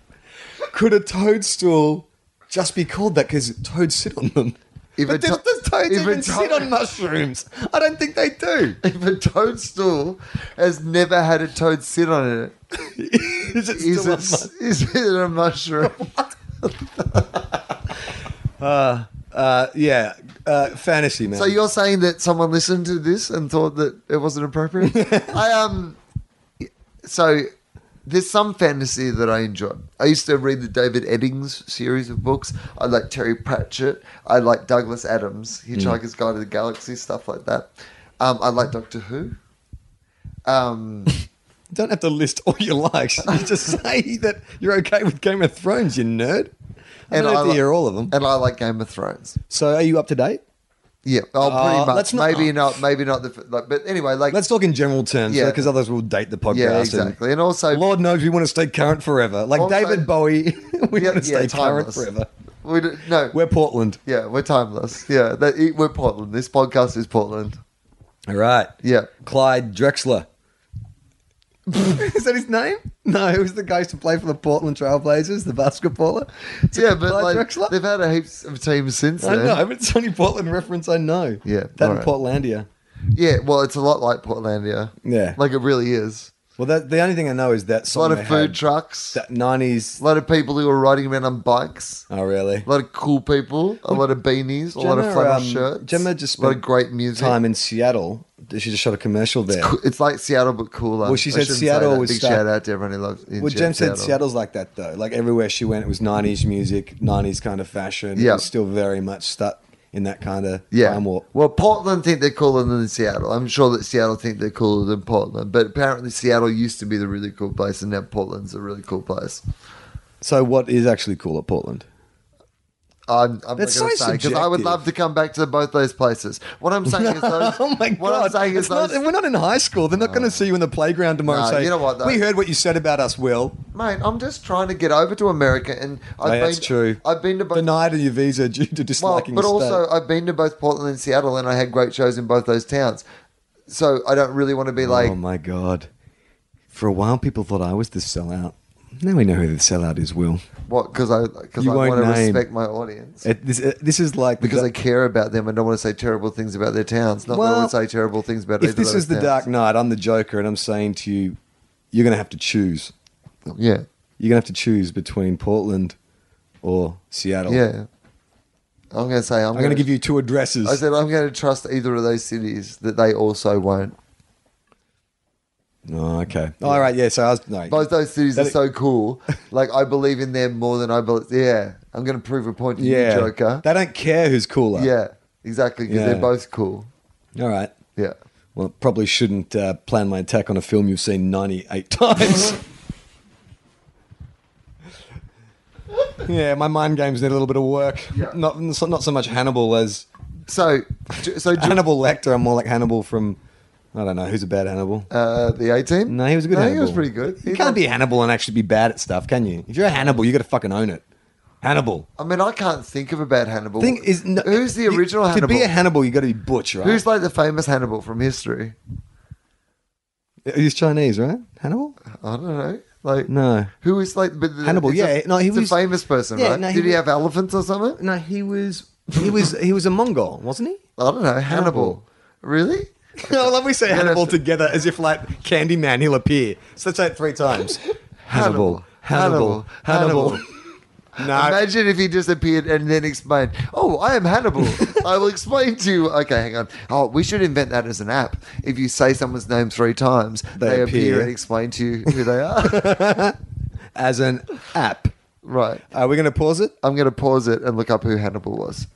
Speaker 3: Could a toadstool just be called that because toads sit on them?
Speaker 1: If a
Speaker 3: but does,
Speaker 1: to-
Speaker 3: does toads
Speaker 1: if a
Speaker 3: even
Speaker 1: to-
Speaker 3: sit on mushrooms? I don't think they do.
Speaker 1: If a toadstool has never had a toad sit on it,
Speaker 3: Is it
Speaker 1: is
Speaker 3: still
Speaker 1: it, is it a mushroom?
Speaker 3: a mu- uh, yeah, uh, fantasy man.
Speaker 1: So you're saying that someone listened to this and thought that it wasn't appropriate? I um, so there's some fantasy that I enjoy. I used to read the David Eddings series of books. I like Terry Pratchett. I like Douglas Adams, Hitchhiker's Guide to the Galaxy, stuff like that. Um, I like Doctor Who. Um,
Speaker 3: don't have to list all your likes. You just say that you're okay with Game of Thrones, you nerd. I don't have to
Speaker 1: li-
Speaker 3: hear all of them.
Speaker 1: And I like Game of Thrones.
Speaker 3: So are you up to date?
Speaker 1: Yeah, oh, pretty
Speaker 3: Uh,
Speaker 1: much.
Speaker 3: let's not-
Speaker 1: maybe not. Maybe not the. f- Like, but anyway, like
Speaker 3: Let's talk in general terms,
Speaker 1: Yeah.
Speaker 3: because others will date the podcast.
Speaker 1: yeah,
Speaker 3: and-
Speaker 1: exactly. And also,
Speaker 3: Lord knows we want to stay current forever. Like
Speaker 1: Also-
Speaker 3: David Bowie, we
Speaker 1: Yeah,
Speaker 3: want to stay
Speaker 1: yeah,
Speaker 3: current
Speaker 1: timeless.
Speaker 3: forever.
Speaker 1: we do, no,
Speaker 3: We're Portland.
Speaker 1: Yeah, we're timeless. Yeah, that, it- we're Portland. This podcast is Portland.
Speaker 3: All right.
Speaker 1: Yeah.
Speaker 3: Clyde Drexler. Is that his name? No, it was the guy who used to play for the Portland Trailblazers, the basketballer. It's
Speaker 1: yeah, but
Speaker 3: Clyde
Speaker 1: like
Speaker 3: Drexler?
Speaker 1: they've had a heaps of teams since
Speaker 3: I
Speaker 1: then.
Speaker 3: know, but it's the only Portland reference I know.
Speaker 1: Yeah,
Speaker 3: That
Speaker 1: all
Speaker 3: and
Speaker 1: right.
Speaker 3: Portlandia.
Speaker 1: Yeah, well, it's a lot like Portlandia.
Speaker 3: Yeah.
Speaker 1: like it really is.
Speaker 3: Well, that, the only thing I know is that
Speaker 1: A
Speaker 3: song
Speaker 1: lot
Speaker 3: they
Speaker 1: of food
Speaker 3: had,
Speaker 1: trucks.
Speaker 3: That 90s.
Speaker 1: a lot of people who are riding around on bikes.
Speaker 3: Oh, really?
Speaker 1: A lot of cool people. A lot of beanies. A lot of
Speaker 3: Gemma,
Speaker 1: flannel
Speaker 3: um,
Speaker 1: shirts.
Speaker 3: Gemma just
Speaker 1: a lot of
Speaker 3: spent
Speaker 1: great music.
Speaker 3: Time in Seattle. She just shot a commercial there.
Speaker 1: Co- It's like Seattle, but cooler.
Speaker 3: Well, she
Speaker 1: I
Speaker 3: said
Speaker 1: shouldn't say
Speaker 3: Seattle
Speaker 1: that.
Speaker 3: was
Speaker 1: big
Speaker 3: stuck-
Speaker 1: shout out to everyone who loves. in
Speaker 3: Well, Jem said
Speaker 1: Seattle.
Speaker 3: Seattle's like that though. Like everywhere she went, it was '90s music, '90s kind of fashion. It
Speaker 1: Yeah.
Speaker 3: was still very much stuck in that kind of
Speaker 1: Yeah.
Speaker 3: time warp.
Speaker 1: Well, Portland think they're cooler than Seattle. I'm sure that Seattle think they're cooler than Portland, but apparently Seattle used to be the really cool place, and now Portland's a really cool place.
Speaker 3: So, what is actually cool at Portland?
Speaker 1: I'm, I'm not going to
Speaker 3: That's
Speaker 1: say
Speaker 3: so
Speaker 1: because I would
Speaker 3: subjective.
Speaker 1: love to come back to both those places. What I'm saying is those.
Speaker 3: oh my
Speaker 1: What I'm
Speaker 3: god!
Speaker 1: saying is
Speaker 3: It's not-
Speaker 1: those.
Speaker 3: we're not in high school. They're not going to see you in the playground tomorrow. and
Speaker 1: No,
Speaker 3: say,
Speaker 1: you know what, though?
Speaker 3: We heard what you said about us, Will.
Speaker 1: mate, I'm just trying to get over to America, and I've
Speaker 3: Hey,
Speaker 1: been.
Speaker 3: that's true.
Speaker 1: I've been to both.
Speaker 3: Denied your visa due to
Speaker 1: Well,
Speaker 3: disliking.
Speaker 1: but
Speaker 3: the state.
Speaker 1: also I've been to both Portland and Seattle, and I had great shows in both those towns. So I don't really want to be like,
Speaker 3: oh my god! For a while, people thought I was the sellout. Now we know who the sellout is, Will.
Speaker 1: what? Because I because
Speaker 3: You
Speaker 1: I
Speaker 3: won't
Speaker 1: want to
Speaker 3: name.
Speaker 1: respect my audience.
Speaker 3: It, this, it- this is like the
Speaker 1: because
Speaker 3: du-
Speaker 1: I care about them and don't want to say terrible things about their towns. Not that I
Speaker 3: Well,
Speaker 1: would say terrible things about
Speaker 3: if
Speaker 1: either
Speaker 3: this
Speaker 1: of
Speaker 3: is the
Speaker 1: those
Speaker 3: Dark
Speaker 1: towns.
Speaker 3: Knight, I'm the Joker, and I'm saying to you, you're going to have to choose.
Speaker 1: Yeah,
Speaker 3: You're going to have to choose between Portland or Seattle.
Speaker 1: yeah. I'm going to say I'm,
Speaker 3: I'm going to give you two addresses.
Speaker 1: I said I'm going to trust either of those cities that they also won't.
Speaker 3: oh, okay. All right. Yeah. So I was no.
Speaker 1: Both those cities
Speaker 3: That
Speaker 1: are
Speaker 3: it-
Speaker 1: so cool. Like I believe in them more than I believe. Yeah, I'm going to prove a point to
Speaker 3: yeah.
Speaker 1: you, Joker.
Speaker 3: They don't care who's cooler.
Speaker 1: yeah, exactly. Because
Speaker 3: Yeah.
Speaker 1: they're both cool.
Speaker 3: All right.
Speaker 1: Yeah.
Speaker 3: Well, probably shouldn't uh, plan my attack on a film you've seen 98 times. yeah, my mind games need a little bit of work.
Speaker 1: Yeah.
Speaker 3: Not not so much Hannibal as
Speaker 1: So, so
Speaker 3: Hannibal Lecter. I'm more like Hannibal from I don't know who's a bad Hannibal.
Speaker 1: uh, the 18.
Speaker 3: No, he was a good.
Speaker 1: No,
Speaker 3: Hannibal.
Speaker 1: he was pretty good.
Speaker 3: You
Speaker 1: He
Speaker 3: can't
Speaker 1: loved-
Speaker 3: be Hannibal and actually be bad at stuff, can you? If you're a Hannibal, you got to fucking own it. Hannibal.
Speaker 1: I mean, I can't think of a bad Hannibal.
Speaker 3: Think is no-
Speaker 1: who's the
Speaker 3: you-
Speaker 1: original Hannibal?
Speaker 3: To be a Hannibal, you got to be butch, right?
Speaker 1: Who's like the famous Hannibal from history?
Speaker 3: He's Chinese, right? Hannibal?
Speaker 1: I don't know. Like
Speaker 3: No.
Speaker 1: who is like but the,
Speaker 3: Hannibal,
Speaker 1: it's a-
Speaker 3: yeah, no, he
Speaker 1: it's a
Speaker 3: was-
Speaker 1: famous person,
Speaker 3: yeah,
Speaker 1: right?
Speaker 3: no, he
Speaker 1: Did he
Speaker 3: was-
Speaker 1: have elephants or something?
Speaker 3: No, he was. He was. he was a Mongol, wasn't he?
Speaker 1: I don't know. Hannibal, really?
Speaker 3: I love we say
Speaker 1: Yeah,
Speaker 3: Hannibal
Speaker 1: that's-
Speaker 3: together as if like Candyman, he'll appear. So let's say it three times. Hannibal. Hannibal.
Speaker 1: Hannibal,
Speaker 3: Hannibal. No.
Speaker 1: Imagine if he disappeared and then explained, "Oh, I am Hannibal. I will explain to you." Okay, hang on. Oh, we should invent that as an app. If you say someone's name three times,
Speaker 3: They
Speaker 1: they, appear.
Speaker 3: appear.
Speaker 1: and explain to you who they are.
Speaker 3: as an app.
Speaker 1: right.
Speaker 3: Are we going to pause it?
Speaker 1: I'm going to pause it and look up who Hannibal was.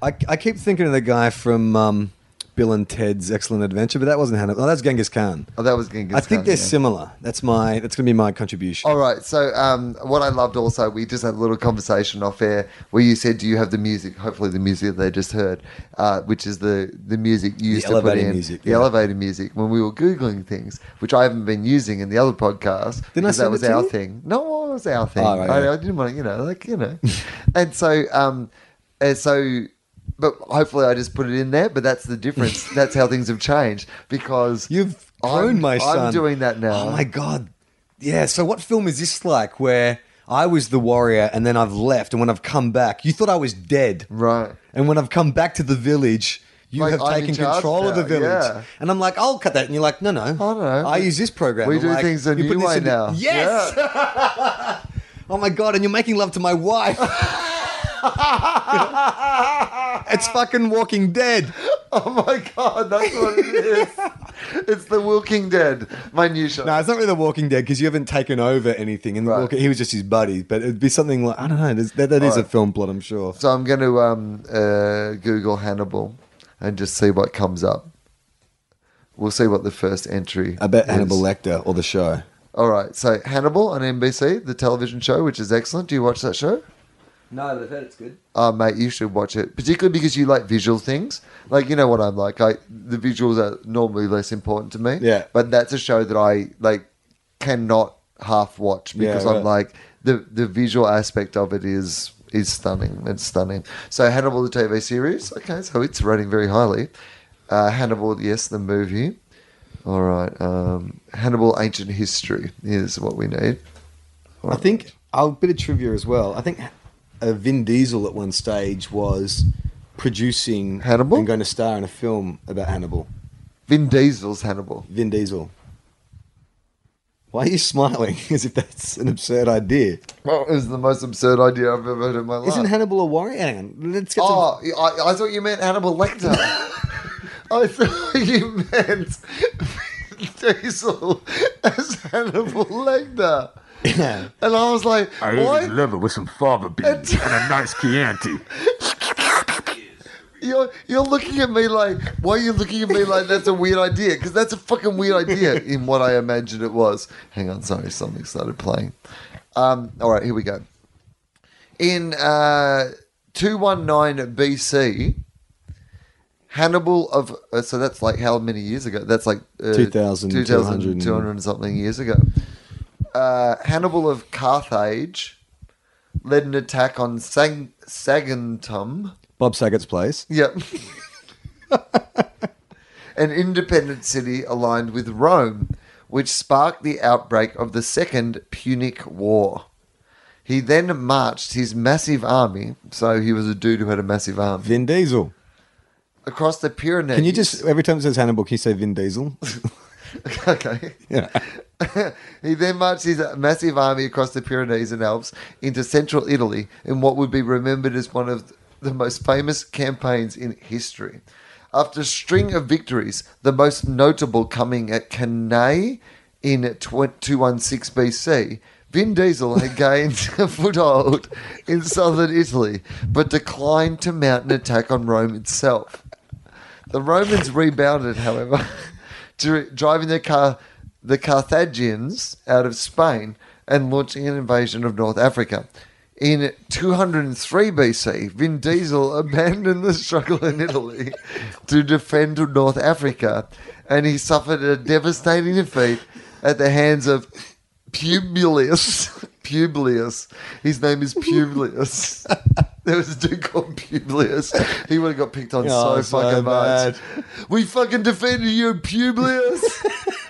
Speaker 3: I, I keep thinking of the guy from um, Bill and Ted's Excellent Adventure, but that wasn't Hannibal. No, that's Genghis Khan.
Speaker 1: Oh, that was Genghis
Speaker 3: I think
Speaker 1: Khan,
Speaker 3: they're
Speaker 1: yeah. Oh,
Speaker 3: similar. That's my. That's going to be my contribution.
Speaker 1: All right. So, um, what I loved also, we just had a little conversation off air where you said, "Do you have the music?" Hopefully, the music they just heard, uh, which is the the music you used to put
Speaker 3: elevator
Speaker 1: in
Speaker 3: music,
Speaker 1: the
Speaker 3: yeah.
Speaker 1: elevator music when we were googling things, which I haven't been using in the other podcast
Speaker 3: Didn't I
Speaker 1: because that
Speaker 3: send
Speaker 1: was
Speaker 3: it to
Speaker 1: our
Speaker 3: you?
Speaker 1: thing. No, it was our thing.
Speaker 3: Oh, right,
Speaker 1: I,
Speaker 3: right.
Speaker 1: I didn't want to, you know, like you know, and so, um, and so. But hopefully, I just put it in there. But that's the difference. that's how things have changed because
Speaker 3: You've
Speaker 1: I'm,
Speaker 3: grown, my son.
Speaker 1: I'm doing that now.
Speaker 3: Oh my god! Yeah. So what film is this like? Where I was the warrior, and then I've left, and when I've come back, you thought I was dead,
Speaker 1: Right.
Speaker 3: And when I've come back to the village. You
Speaker 1: Like,
Speaker 3: have
Speaker 1: I'm in
Speaker 3: taken
Speaker 1: charge
Speaker 3: control of the
Speaker 1: now,
Speaker 3: village,
Speaker 1: yeah.
Speaker 3: and I'm like, "I'll cut that," and you're like, "No, no, I
Speaker 1: don't know.
Speaker 3: I use this program.
Speaker 1: We
Speaker 3: I'm
Speaker 1: do
Speaker 3: like,
Speaker 1: things a
Speaker 3: "You put
Speaker 1: new
Speaker 3: this
Speaker 1: way
Speaker 3: in the-"
Speaker 1: now.
Speaker 3: Yes. oh my god! And you're making love to my wife. it's fucking Walking Dead.
Speaker 1: Oh my god, that's what it is. it's the Walking Dead, my new show.
Speaker 3: No, it's not really The Walking Dead because you haven't taken over anything. And The
Speaker 1: Right.
Speaker 3: Walking- he was just his buddy, but it'd be something like I don't know. there's- That, that is a film plot, I'm sure.
Speaker 1: So I'm going to um, uh, Google Hannibal and just see what comes up. We'll see what the first entry.
Speaker 3: I bet
Speaker 1: is.
Speaker 3: Hannibal Lecter or the show.
Speaker 1: All right, so Hannibal on NBC, the television show, which is excellent. Do you watch that show?
Speaker 3: No, they've heard it's good.
Speaker 1: Oh, mate, you should watch it, particularly because you like visual things. Like, you know what I'm like. I, the visuals are normally less important to me.
Speaker 3: Yeah.
Speaker 1: But that's a show that I, like, cannot half watch
Speaker 3: Yeah,
Speaker 1: because I'm
Speaker 3: right.
Speaker 1: like, the, the visual aspect of it is is stunning. It's stunning. So, Hannibal, the TV series. Okay, so it's rating very highly. Uh, Hannibal, yes, the movie. All right. Um, Hannibal, ancient history is what we need.
Speaker 3: I think a bit of trivia as well. I think uh, Vin Diesel at one stage was producing
Speaker 1: Hannibal?
Speaker 3: and going to star in a film about Hannibal.
Speaker 1: Vin Diesel's Hannibal.
Speaker 3: Vin Diesel. Why are you smiling? As if that's an absurd idea.
Speaker 1: Well, it's the most absurd idea I've ever heard in my life.
Speaker 3: Isn't Hannibal a warrior? Hang on, let's get
Speaker 1: Oh, I, I thought you meant Hannibal Lecter. I thought you meant Diesel as Hannibal Lecter.
Speaker 3: some.
Speaker 1: And I was like,
Speaker 6: I
Speaker 1: why?
Speaker 6: ate a liver with some fava beans and a nice Chianti.
Speaker 1: You're, you're looking at me like, why are you looking at me like that's a weird idea? Because that's a fucking weird idea in what I imagined it was. Hang on, sorry, something started playing. Um, all right, here we go. In uh, 219 BC, Hannibal of. Uh, so that's like how many years ago? That's like uh,
Speaker 3: 2,200.
Speaker 1: 2,200 and something years ago. Uh, Hannibal of Carthage led an attack on Sang- Saguntum.
Speaker 3: Bob Saget's place.
Speaker 1: Yep. An independent city aligned with Rome, which sparked the outbreak of the Second Punic War. He then marched his massive army, so he was a dude who had a massive army,
Speaker 3: Vin Diesel.
Speaker 1: across the Pyrenees.
Speaker 3: Can you just every time it says Hannibal, can you say Vin Diesel?
Speaker 1: okay.
Speaker 3: yeah.
Speaker 1: he then marched his massive army across the Pyrenees and Alps into central Italy in what would be remembered as one of the most famous campaigns in history. After a string of victories, the most notable coming at Cannae in 216 BC, Vin Diesel had gained a foothold in southern Italy, but declined to mount an attack on Rome itself. The Romans rebounded, however, dri- driving the car the Carthaginians out of Spain and launching an invasion of North Africa. In 203 BC, Vin Diesel abandoned the struggle in Italy to defend North Africa, and he suffered a devastating defeat at the hands of Publius. Publius. His name is Publius. there was a dude called Publius. He would have got picked on
Speaker 3: Oh,
Speaker 1: so
Speaker 3: so
Speaker 1: fucking much.
Speaker 3: bad.
Speaker 1: We fucking defended you, Publius.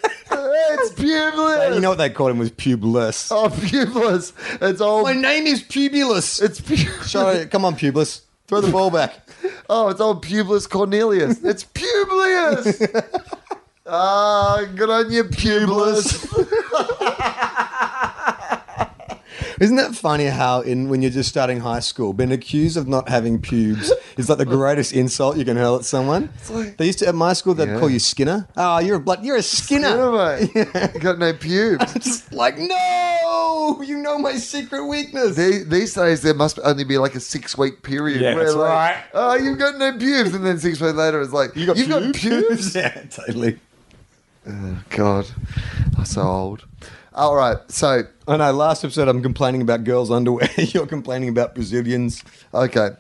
Speaker 1: it's Publius.
Speaker 3: you know what they called him was Publius.
Speaker 1: oh, Publius. It's all.
Speaker 3: name is Publius.
Speaker 1: It's Publius.
Speaker 3: Sorry, come on, Publius. Throw the ball back.
Speaker 1: Oh, it's all Publius Cornelius. It's Publius. Ah, good on you, Publius.
Speaker 3: Isn't that funny how in when you're just starting high school, being accused of not having pubes is like the greatest insult you can hurl at someone?
Speaker 1: like-
Speaker 3: they used to at my school they'd
Speaker 1: Yeah.
Speaker 3: call you Skinner. Ah, Oh, you're a blood you're a Skinner.
Speaker 1: Anyway, got no pubes.
Speaker 3: Just like no. No, you know my secret weakness.
Speaker 1: They, these days, there must only be like a six week period
Speaker 3: Yeah,
Speaker 1: where,
Speaker 3: that's
Speaker 1: like,
Speaker 3: right.
Speaker 1: oh, you've got no pubes. And then six weeks later, it's like,
Speaker 3: you got
Speaker 1: you've
Speaker 3: pubes?
Speaker 1: got pubes?
Speaker 3: yeah, totally.
Speaker 1: God, I'm so old. All right. So,
Speaker 3: I know. Last episode, I'm complaining about girls' underwear. You're complaining about Brazilians.
Speaker 1: Okay.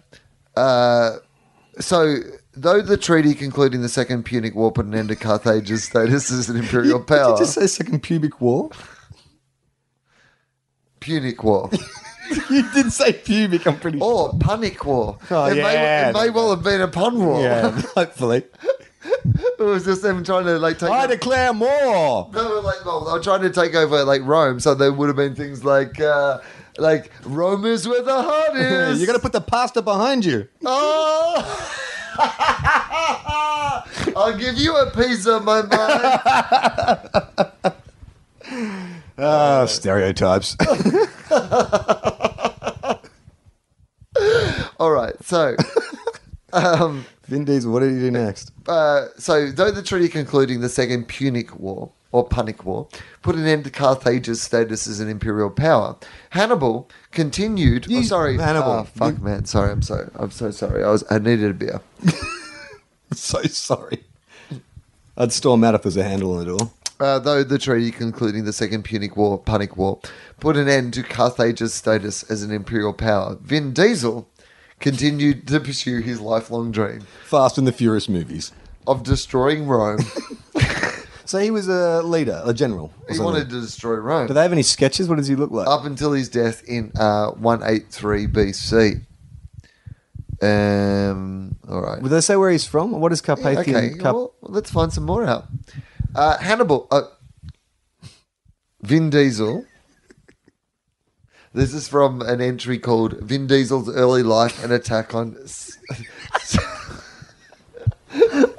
Speaker 1: Uh, so, though the treaty concluding the Second Punic War put an end to Carthage's status as an imperial
Speaker 3: You-
Speaker 1: power,
Speaker 3: Did you just say second pubic war?
Speaker 1: Punic War
Speaker 3: you did say pubic. I'm pretty sure.
Speaker 1: or Punic War,
Speaker 3: Oh,
Speaker 1: it, may,
Speaker 3: yeah.
Speaker 1: it may well have been a pun war.
Speaker 3: Yeah, hopefully.
Speaker 1: it was just them trying to like take.
Speaker 3: I
Speaker 1: over-
Speaker 3: declare more.
Speaker 1: they were like, well, they were trying to take over like Rome, so there would have been things like. Uh, like Rome is where the heart is.
Speaker 3: You're gonna put the pasta behind you. Ah.
Speaker 1: Oh! I'll give you a piece of my mind.
Speaker 3: Ah, stereotypes.
Speaker 1: All right, so
Speaker 3: Vin Diesel. What did he do next?
Speaker 1: uh, so though the treaty concluding the Second Punic War or Punic War put an end to Carthage's status as an imperial power, Hannibal continued. oh,
Speaker 3: You-
Speaker 1: sorry,
Speaker 3: Hannibal,
Speaker 1: Ah, fuck,
Speaker 3: you-
Speaker 1: man. Sorry, I'm so I'm so sorry. I was I needed a beer.
Speaker 3: so sorry. I'd storm out if there's a handle on the door.
Speaker 1: Uh, though the treaty concluding the Second Punic War, Punic War, put an end to Carthage's status as an imperial power, Vin Diesel continued to pursue his lifelong dream
Speaker 3: Fast and the Furious movies.
Speaker 1: of destroying Rome.
Speaker 3: So he was a leader, a general. or
Speaker 1: he
Speaker 3: something.
Speaker 1: wanted to destroy Rome.
Speaker 3: Do they have any sketches? What does he look like?
Speaker 1: up until his death in uh, 183 BC. Um, all right.
Speaker 3: Would they say where he's from? What is Carpathian?
Speaker 1: okay,
Speaker 3: Carp-
Speaker 1: well, let's find some more out. Uh, Hannibal, uh, Vin Diesel. This is from an entry called Vin Diesel's Early Life and Attack on. S-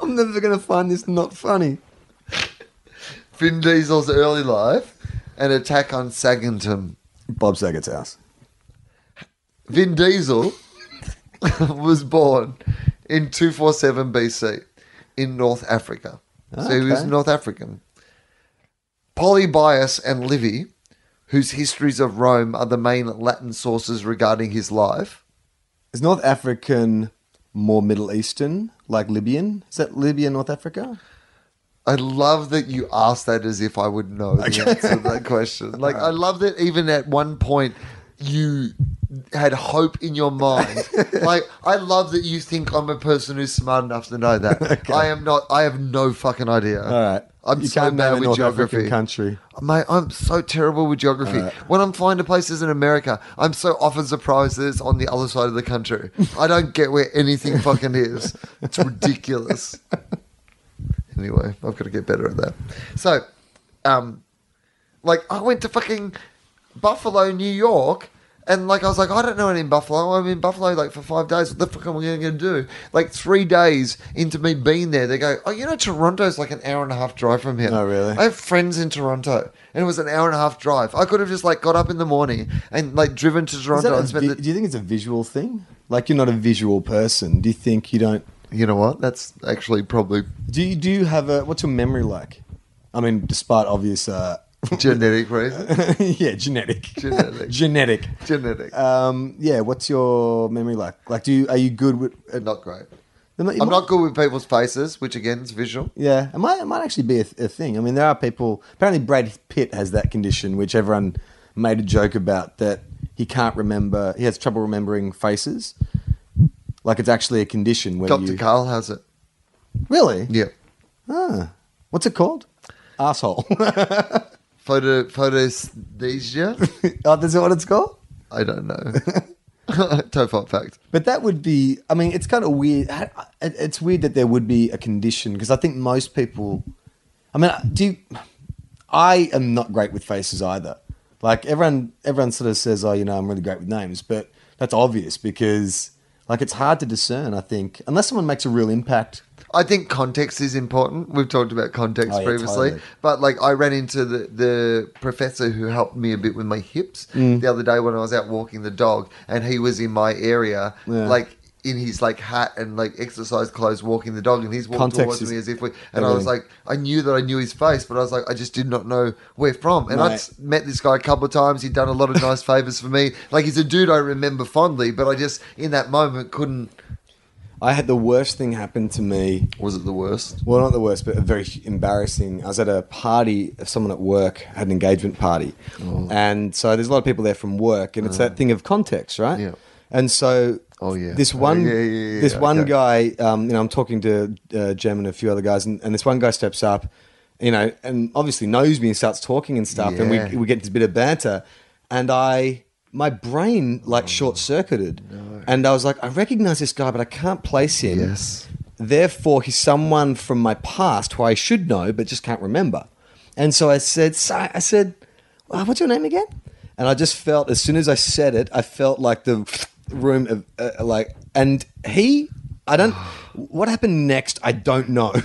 Speaker 3: I'm never going to find this not funny.
Speaker 1: Vin Diesel's Early Life and Attack on Saguntum.
Speaker 3: Bob Saget's house.
Speaker 1: Vin Diesel was born in 247 BC in North Africa. So he was
Speaker 3: Okay.
Speaker 1: North African. Polybius and Livy, whose histories of Rome are the main Latin sources regarding his life.
Speaker 3: Is North African more Middle Eastern, like Libyan? Is that Libya, North Africa?
Speaker 1: I love that you asked that as if I would know the answer to that question. Like, I love that even at one point you had hope in your mind. like, I love that you think I'm a person who's smart enough to know that. I am not. I have no fucking idea.
Speaker 3: All right.
Speaker 1: I'm
Speaker 3: You
Speaker 1: so
Speaker 3: can't name
Speaker 1: bad
Speaker 3: a
Speaker 1: with
Speaker 3: North
Speaker 1: geography.
Speaker 3: African country.
Speaker 1: Mate, I'm so terrible with geography. When I'm flying to places in America, I'm so often surprised that it's on the other side of the country. I don't get where anything fucking is. It's ridiculous. anyway, I've got to get better at that. So, um, like, I went to fucking Buffalo, New York, and like, I was like, I don't know anything in Buffalo. I'm in Buffalo like for five days. What the fuck am I going to do? Like, three days into me being there, they go, Oh, you know, Toronto's like an hour and a half drive from here.
Speaker 3: Oh, really?
Speaker 1: I have friends in Toronto, and it was an hour and a half drive. I could have just like got up in the morning and like driven to
Speaker 3: Is that
Speaker 1: Toronto
Speaker 3: a
Speaker 1: and spent
Speaker 3: vi-
Speaker 1: the.
Speaker 3: do you think it's a visual thing? Like you're not a visual person. Do you think you don't?
Speaker 1: You know what? That's actually probably
Speaker 3: Do you, do you have a? What's your memory like? I mean, despite obvious, uh,
Speaker 1: genetic reason.
Speaker 3: yeah, genetic,
Speaker 1: Genetic.
Speaker 3: genetic.
Speaker 1: genetic.
Speaker 3: Um, yeah. What's your memory like? Like, do you are you good with? Uh,
Speaker 1: not great.
Speaker 3: I'm
Speaker 1: I'm not good with people's faces, which again is visual.
Speaker 3: Yeah, it might, it might actually be a, a thing. I mean, there are people. Apparently, Brad Pitt has that condition, which everyone made a joke about that he can't remember. He has trouble remembering faces. Like it's actually a condition where
Speaker 1: Dr.
Speaker 3: you
Speaker 1: Carl has it.
Speaker 3: really.
Speaker 1: Yeah.
Speaker 3: Ah, what's it called? Asshole.
Speaker 1: Photo photosthesia?
Speaker 3: oh, that's what it's called.
Speaker 1: I don't know. Tofop fact.
Speaker 3: But that would be. I mean, it's kind of weird. I- I- It's weird that there would be a condition because I think most people. I mean, do you, I am not great with faces either. Like everyone, everyone sort of says, "Oh, you know, I'm really great with names," but that's obvious because like it's hard to discern. I think unless someone makes a real impact.
Speaker 1: I think context is important. We've talked about context
Speaker 3: Oh, yeah,
Speaker 1: previously,
Speaker 3: totally.
Speaker 1: but like I ran into the, the professor who helped me a bit
Speaker 3: Mm.
Speaker 1: with my hips the other day when I was out walking the dog, and he was in my area,
Speaker 3: Yeah.
Speaker 1: like in his like hat and like exercise clothes walking the dog, and he's walking
Speaker 3: Context
Speaker 1: towards
Speaker 3: is
Speaker 1: me as if we. And I
Speaker 3: everything.
Speaker 1: was like, I knew that I knew his face, but I was like, I just did not know where from. And I'd
Speaker 3: Right.
Speaker 1: s- met this guy a couple of times. He'd done a lot of nice favors for me. Like he's a dude I remember fondly, but I just in that moment couldn't.
Speaker 3: I had the worst thing happen to me.
Speaker 1: Was it the worst?
Speaker 3: Well, not the worst, but a very embarrassing. I was at a party of someone at work had an engagement party,
Speaker 1: Oh.
Speaker 3: and so there's a lot of people there from work, and it's that thing of context, right?
Speaker 1: Yeah.
Speaker 3: And so,
Speaker 1: Oh, yeah.
Speaker 3: this
Speaker 1: Oh,
Speaker 3: one,
Speaker 1: yeah, yeah, yeah,
Speaker 3: this
Speaker 1: yeah,
Speaker 3: one
Speaker 1: okay.
Speaker 3: guy, um, you know, I'm talking to uh, Jem and a few other guys, and, and this one guy steps up, you know, and obviously knows me and starts talking and stuff, and
Speaker 1: Yeah.
Speaker 3: we we get this bit of banter, and I. My brain
Speaker 1: Oh.
Speaker 3: like short circuited, and I was like, I recognize this guy, but I can't place him
Speaker 1: Yes.
Speaker 3: therefore he's someone from my past who I should know but just can't remember. And so I said, "Si- I said, "Uh, what's your name again? And I just felt as soon as I said it, I felt like the room of uh, like, and he, I don't, what happened next? I don't know.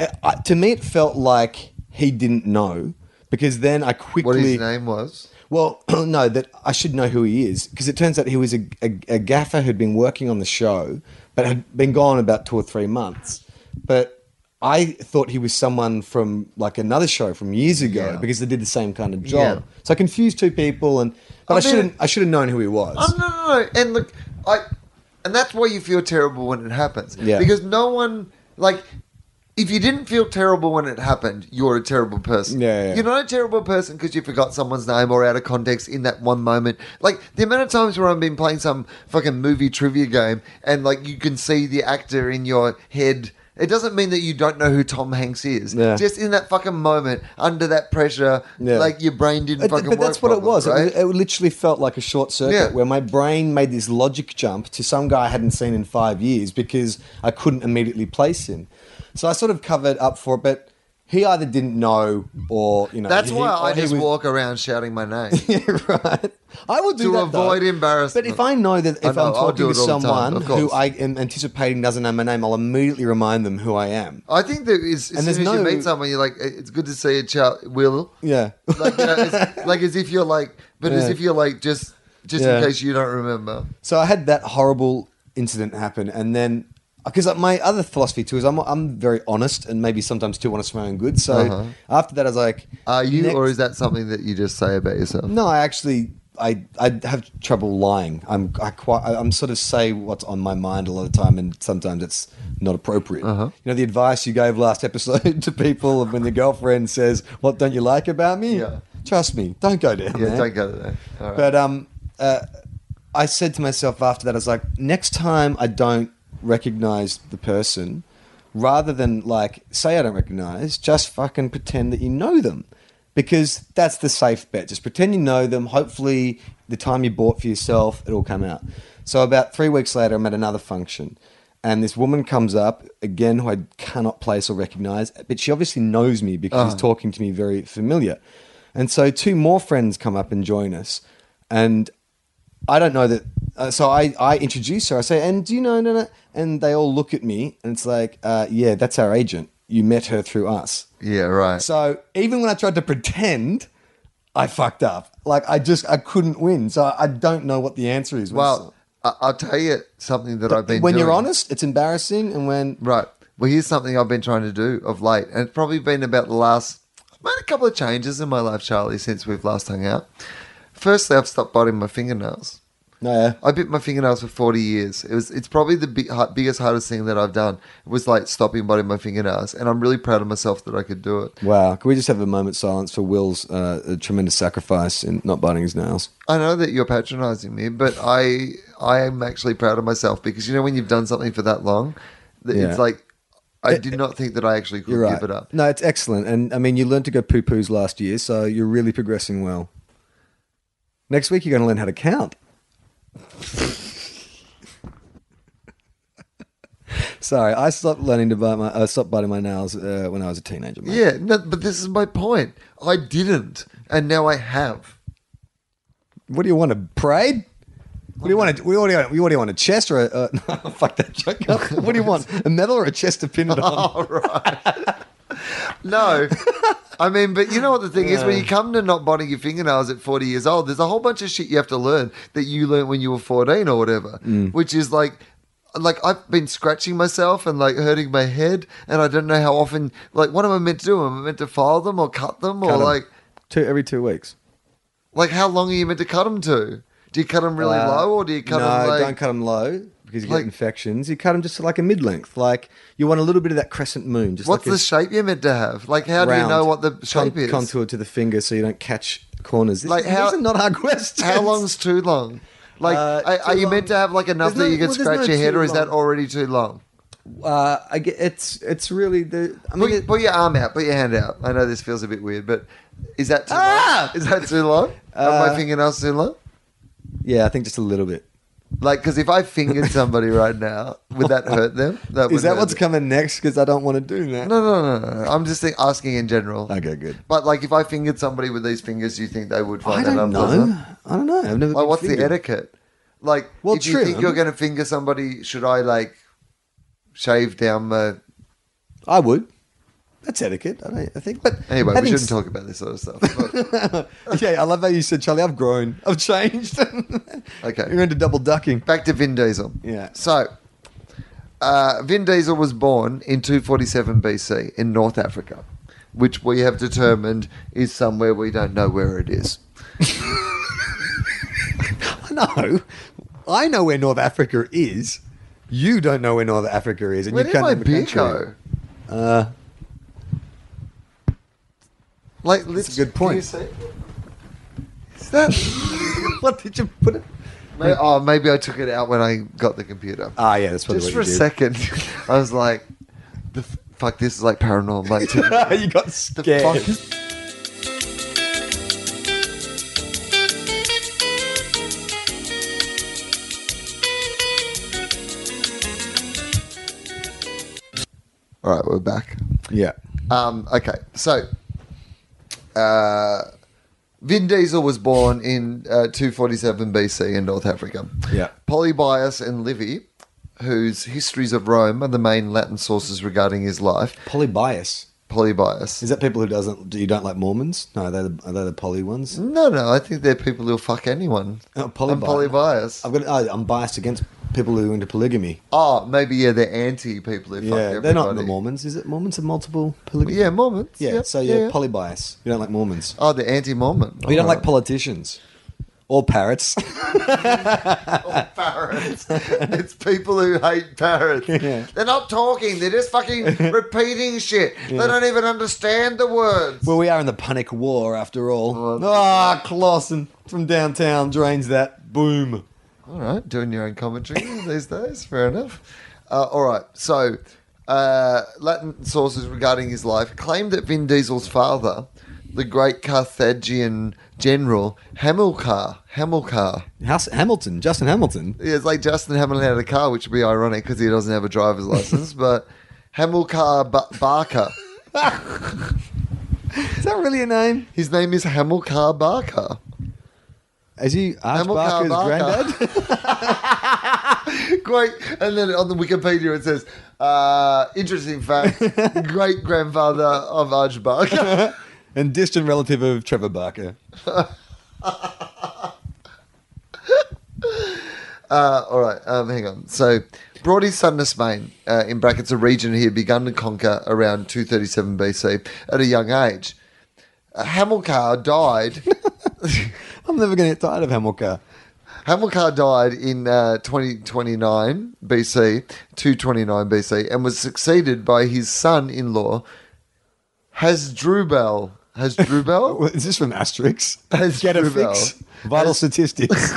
Speaker 3: Uh, I- to me, it felt like he didn't know because then I quickly
Speaker 1: What his name was?
Speaker 3: well, no, that I should know who he is because it turns out he was a, a, a gaffer who'd been working on the show, but had been gone about two or three months. But I thought he was someone from like another show from years ago
Speaker 1: Yeah.
Speaker 3: because they did the same kind of
Speaker 1: Yeah.
Speaker 3: job. So I confused two people, and
Speaker 1: I
Speaker 3: but I,
Speaker 1: mean-
Speaker 3: shouldn't. I should have known who he was.
Speaker 1: Oh, no, no, no. And look, I, and that's why you feel terrible when it happens.
Speaker 3: Yeah.
Speaker 1: Because no one, like, if you didn't feel terrible when it happened, you're a terrible person.
Speaker 3: Yeah, yeah, yeah.
Speaker 1: You're not a terrible person because you forgot someone's name or out of context in that one moment. Like, the amount of times where I've been playing some fucking movie trivia game and, like, you can see the actor in your head. It doesn't mean that you don't know who Tom Hanks is.
Speaker 3: Yeah.
Speaker 1: Just in that fucking moment, under that pressure,
Speaker 3: Yeah.
Speaker 1: like your brain didn't
Speaker 3: But,
Speaker 1: fucking
Speaker 3: but
Speaker 1: work.
Speaker 3: that's what it
Speaker 1: properly,
Speaker 3: was. It
Speaker 1: right?
Speaker 3: was- It, literally felt like a short circuit
Speaker 1: Yeah.
Speaker 3: where my brain made this logic jump to some guy I hadn't seen in five years because I couldn't immediately place him. So I sort of covered up for it, but he either didn't know or you know.
Speaker 1: That's
Speaker 3: he-
Speaker 1: why
Speaker 3: or
Speaker 1: I
Speaker 3: he
Speaker 1: just
Speaker 3: was-
Speaker 1: walk around shouting my name.
Speaker 3: right. I will do
Speaker 1: To
Speaker 3: that
Speaker 1: avoid
Speaker 3: though.
Speaker 1: embarrassment.
Speaker 3: But if I know that if
Speaker 1: I know,
Speaker 3: I'm
Speaker 1: I'll do
Speaker 3: talking
Speaker 1: it
Speaker 3: to
Speaker 1: all the time,
Speaker 3: someone
Speaker 1: of
Speaker 3: who
Speaker 1: course.
Speaker 3: I am anticipating doesn't know my name, I'll immediately remind them who I am.
Speaker 1: I think that it's, as
Speaker 3: And there's
Speaker 1: soon as you
Speaker 3: no-
Speaker 1: meet someone, you're like, it's good to see a child, Will.
Speaker 3: Yeah.
Speaker 1: Like, you know, it's, like as if you're like, but as
Speaker 3: Yeah.
Speaker 1: if you're like, just just in
Speaker 3: Yeah.
Speaker 1: case you don't remember.
Speaker 3: So I had that horrible incident happen, and then because my other philosophy too is I'm I'm very honest and maybe sometimes too honest for my own good. So
Speaker 1: Uh-huh.
Speaker 3: after that, I was like,
Speaker 1: Are you,
Speaker 3: next-
Speaker 1: or is that something that you just say about yourself?
Speaker 3: no? I actually I I have trouble lying. I'm I quite I- I'm sort of say what's on my mind a lot of time, and sometimes it's not appropriate.
Speaker 1: Uh-huh.
Speaker 3: You know the advice you gave last episode to people of when your girlfriend says, "What don't you like about me?"
Speaker 1: Yeah.
Speaker 3: Trust me, don't go down
Speaker 1: Yeah,
Speaker 3: there.
Speaker 1: don't go there. All right.
Speaker 3: But um, uh, I said to myself after that, I was like, next time I don't recognize the person, rather than like say I don't recognize, just fucking pretend that you know them, because that's the safe bet. Just pretend you know them. Hopefully, the time you bought for yourself, it'll come out. So about three weeks later, I'm at another function. And this woman comes up again, who I cannot place or recognize, but she obviously knows me because she's talking to me very familiar. And so two more friends come up and join us. And I don't know that. Uh, so I, I introduce her. I say, and do you know? No, no. And they all look at me and it's like, uh, yeah, that's our agent. You met her through us.
Speaker 1: yeah, right.
Speaker 3: So even when I tried to pretend, I fucked up. Like I just, I couldn't win. So I don't know what the answer is.
Speaker 1: well, I- I'll tell you something that I've been
Speaker 3: when you're
Speaker 1: doing.
Speaker 3: honest, it's embarrassing. And when,
Speaker 1: Right. Well, here's something I've been trying to do of late, and it's probably been about the last. I've made a couple of changes in my life, Charlie, since we've last hung out. Firstly, I've stopped biting my fingernails.
Speaker 3: no, yeah.
Speaker 1: I bit my fingernails for 40 years. It was it's probably the big, ha- biggest hardest thing that I've done. It was like stopping biting my fingernails, and I'm really proud of myself that I could do it.
Speaker 3: Wow, can we just have a moment's silence for Will's uh, uh, tremendous sacrifice in not biting his nails?
Speaker 1: I know that you're patronizing me, but I I am actually proud of myself because you know when you've done something for that long, that
Speaker 3: Yeah. Eh,
Speaker 1: it's like I did not think that I actually could
Speaker 3: You're right.
Speaker 1: give it up.
Speaker 3: No, it's excellent. And I mean, you learned to go poo poos last year, so you're really progressing well. Next week, you're going to learn how to count. Sorry, I stopped learning to bite my. I stopped biting my nails uh, when I was a teenager. Mate.
Speaker 1: Yeah, no, but this is my point. I didn't, and now I have.
Speaker 3: What do you want? A parade? What do you want? A, what, do you want what do you want? A chest or a? Uh, no, fuck that joke up. What do you want? A medal or a chest to pin it on?
Speaker 1: No. I mean, but you know what the thing is? When you come to not biting your fingernails at 40 years
Speaker 3: Mm.
Speaker 1: old, there's a whole bunch of shit you have to learn that you learned when you were 14 or whatever, which is like like I've been scratching myself and like hurting my head, and I don't know how often. Like, what am I meant to do? Am I meant to file them or cut them or
Speaker 3: Cut 'em.
Speaker 1: Oh, like,
Speaker 3: two every two weeks.
Speaker 1: like how long are you meant to cut them to? Do you cut them really
Speaker 3: Uh,
Speaker 1: low or do you cut
Speaker 3: no,
Speaker 1: them like?
Speaker 3: don't cut them low because you
Speaker 1: Like-
Speaker 3: get infections. You cut them just like a mid length. Like you want a little bit of that crescent moon. Just
Speaker 1: What's
Speaker 3: like a
Speaker 1: the shape you're meant to have? Like, how do you
Speaker 3: round
Speaker 1: know what the shape
Speaker 3: con-
Speaker 1: is?
Speaker 3: Contour to the finger so you don't catch corners. This-
Speaker 1: Like, how-
Speaker 3: these are not hard questions.
Speaker 1: How long's too long? Like,
Speaker 3: Uh,
Speaker 1: are, are
Speaker 3: too
Speaker 1: you meant
Speaker 3: long-
Speaker 1: to have like enough
Speaker 3: There's no-
Speaker 1: that you can
Speaker 3: well, there's
Speaker 1: scratch
Speaker 3: no
Speaker 1: your head,
Speaker 3: too
Speaker 1: or is that
Speaker 3: long.
Speaker 1: already too long?
Speaker 3: Uh, I get, it's it's really the. I mean,
Speaker 1: Put,
Speaker 3: it,
Speaker 1: put your arm out, put your hand out. I know this feels a bit weird, but is that too
Speaker 3: Ah! Uh,
Speaker 1: long? Is that too long? Are my fingernails too long?
Speaker 3: yeah, I think just a little bit.
Speaker 1: Like, because if I fingered somebody right now, would that hurt them? That would
Speaker 3: Is that
Speaker 1: hurt
Speaker 3: what's
Speaker 1: them.
Speaker 3: coming next? Because I don't want to do that.
Speaker 1: No, no, no, no. I'm just think, asking in general.
Speaker 3: Okay, good.
Speaker 1: But like, if I fingered somebody with these fingers, do you think they would
Speaker 3: I
Speaker 1: find that
Speaker 3: don't
Speaker 1: unpleasant?
Speaker 3: know. I don't know. I've never.
Speaker 1: Like,
Speaker 3: been
Speaker 1: what's the
Speaker 3: fingered.
Speaker 1: etiquette? Like,
Speaker 3: Well,
Speaker 1: if you
Speaker 3: trim
Speaker 1: think
Speaker 3: them.
Speaker 1: you're going to finger somebody, should I like shave down the?
Speaker 3: I would. That's etiquette. I, don't, I think. But
Speaker 1: Anyway, we
Speaker 3: having
Speaker 1: shouldn't
Speaker 3: s-
Speaker 1: talk about this sort of stuff. But
Speaker 3: yeah, I love how you said, Charlie. I've grown. I've changed.
Speaker 1: Okay.
Speaker 3: you're into double ducking.
Speaker 1: back to Vin Diesel.
Speaker 3: Yeah.
Speaker 1: So, uh, Vin Diesel was born in 247 BC in North Africa, which we have determined is somewhere we don't know where it is.
Speaker 3: No, I know where North Africa is. You don't know where North Africa is, and
Speaker 1: Where
Speaker 3: you
Speaker 1: did
Speaker 3: can't
Speaker 1: my
Speaker 3: name a
Speaker 1: beer
Speaker 3: country.
Speaker 1: go?
Speaker 3: Uh,
Speaker 1: Like, let's
Speaker 3: a good point.
Speaker 1: Can you see? Is that?
Speaker 3: what did you put it?
Speaker 1: May- oh, maybe I took it out when I got the computer.
Speaker 3: Ah, yeah, that's probably
Speaker 1: Just for a
Speaker 3: what you
Speaker 1: second, I was like, the f- "Fuck, this is like paranormal activity."
Speaker 3: did. you got
Speaker 1: The
Speaker 3: scared.
Speaker 1: fuck is- All right, we're back.
Speaker 3: Yeah.
Speaker 1: Um, okay, so uh, Vin Diesel was born in uh, 247 BC in North Africa.
Speaker 3: Yeah.
Speaker 1: Polybius and Livy, whose histories of Rome are the main Latin sources regarding his life.
Speaker 3: Polybias.
Speaker 1: Polybius.
Speaker 3: Is that people who doesn't do you don't like Mormons? No, they're the, are they the poly ones?
Speaker 1: no, no, I think they're people who'll fuck anyone.
Speaker 3: Oh,
Speaker 1: I'm
Speaker 3: polybi-
Speaker 1: polybias.
Speaker 3: I've got oh, I'm biased against people who are into polygamy.
Speaker 1: Oh, maybe yeah, they're anti people who fuck
Speaker 3: Yeah,
Speaker 1: everybody.
Speaker 3: they're not the Mormons, is it? Mormons have multiple polygamy.
Speaker 1: Yeah, Mormons.
Speaker 3: yeah.
Speaker 1: yep,
Speaker 3: so yeah,
Speaker 1: yeah.
Speaker 3: polybias. You don't like Mormons.
Speaker 1: oh, they're anti-Mormon.
Speaker 3: We don't like politicians or parrots.
Speaker 1: parrots. it's people who hate parrots.
Speaker 3: Yeah.
Speaker 1: They're not talking. They're just fucking repeating shit. They don't even understand the words.
Speaker 3: well, we are in the panic war after all.
Speaker 1: that's-
Speaker 3: Ah, Clausen from downtown drains that. Boom.
Speaker 1: all right, doing your own commentary these days. Fair enough. Uh, all right, so uh, Latin sources regarding his life claim that Vin Diesel's father, the great Carthaginian general Hamilcar, Hamilcar.
Speaker 3: House, Hamilton, Justin Hamilton.
Speaker 1: Yeah, it's like Justin Hamilton had a car, which would be ironic because he doesn't have a driver's license. but Hamilcar ba- Barker,
Speaker 3: Is that really a name?
Speaker 1: his name is Hamilcar Barker.
Speaker 3: Is he Arch
Speaker 1: Hamilcar
Speaker 3: Barker's
Speaker 1: Barker.
Speaker 3: granddad?
Speaker 1: Great. And then on the Wikipedia it says, uh, interesting fact, great grandfather of Arch Barker.
Speaker 3: and distant relative of Trevor Barker.
Speaker 1: Uh, all right, um, hang on. So, brought his son to Spain, uh, in brackets, a region he had begun to conquer around 237 BC at a young age. Uh, Hamilcar died.
Speaker 3: I'm never going to get tired of Hamilcar.
Speaker 1: Hamilcar died in uh, 2029 BC, 229 BC, and was succeeded by his son in law, Hasdrubal. Hasdrubal?
Speaker 3: Well, Is this from Asterix?
Speaker 1: That's
Speaker 3: Get a
Speaker 1: true,
Speaker 3: fix.
Speaker 1: Val.
Speaker 3: Vital
Speaker 1: That's-
Speaker 3: statistics.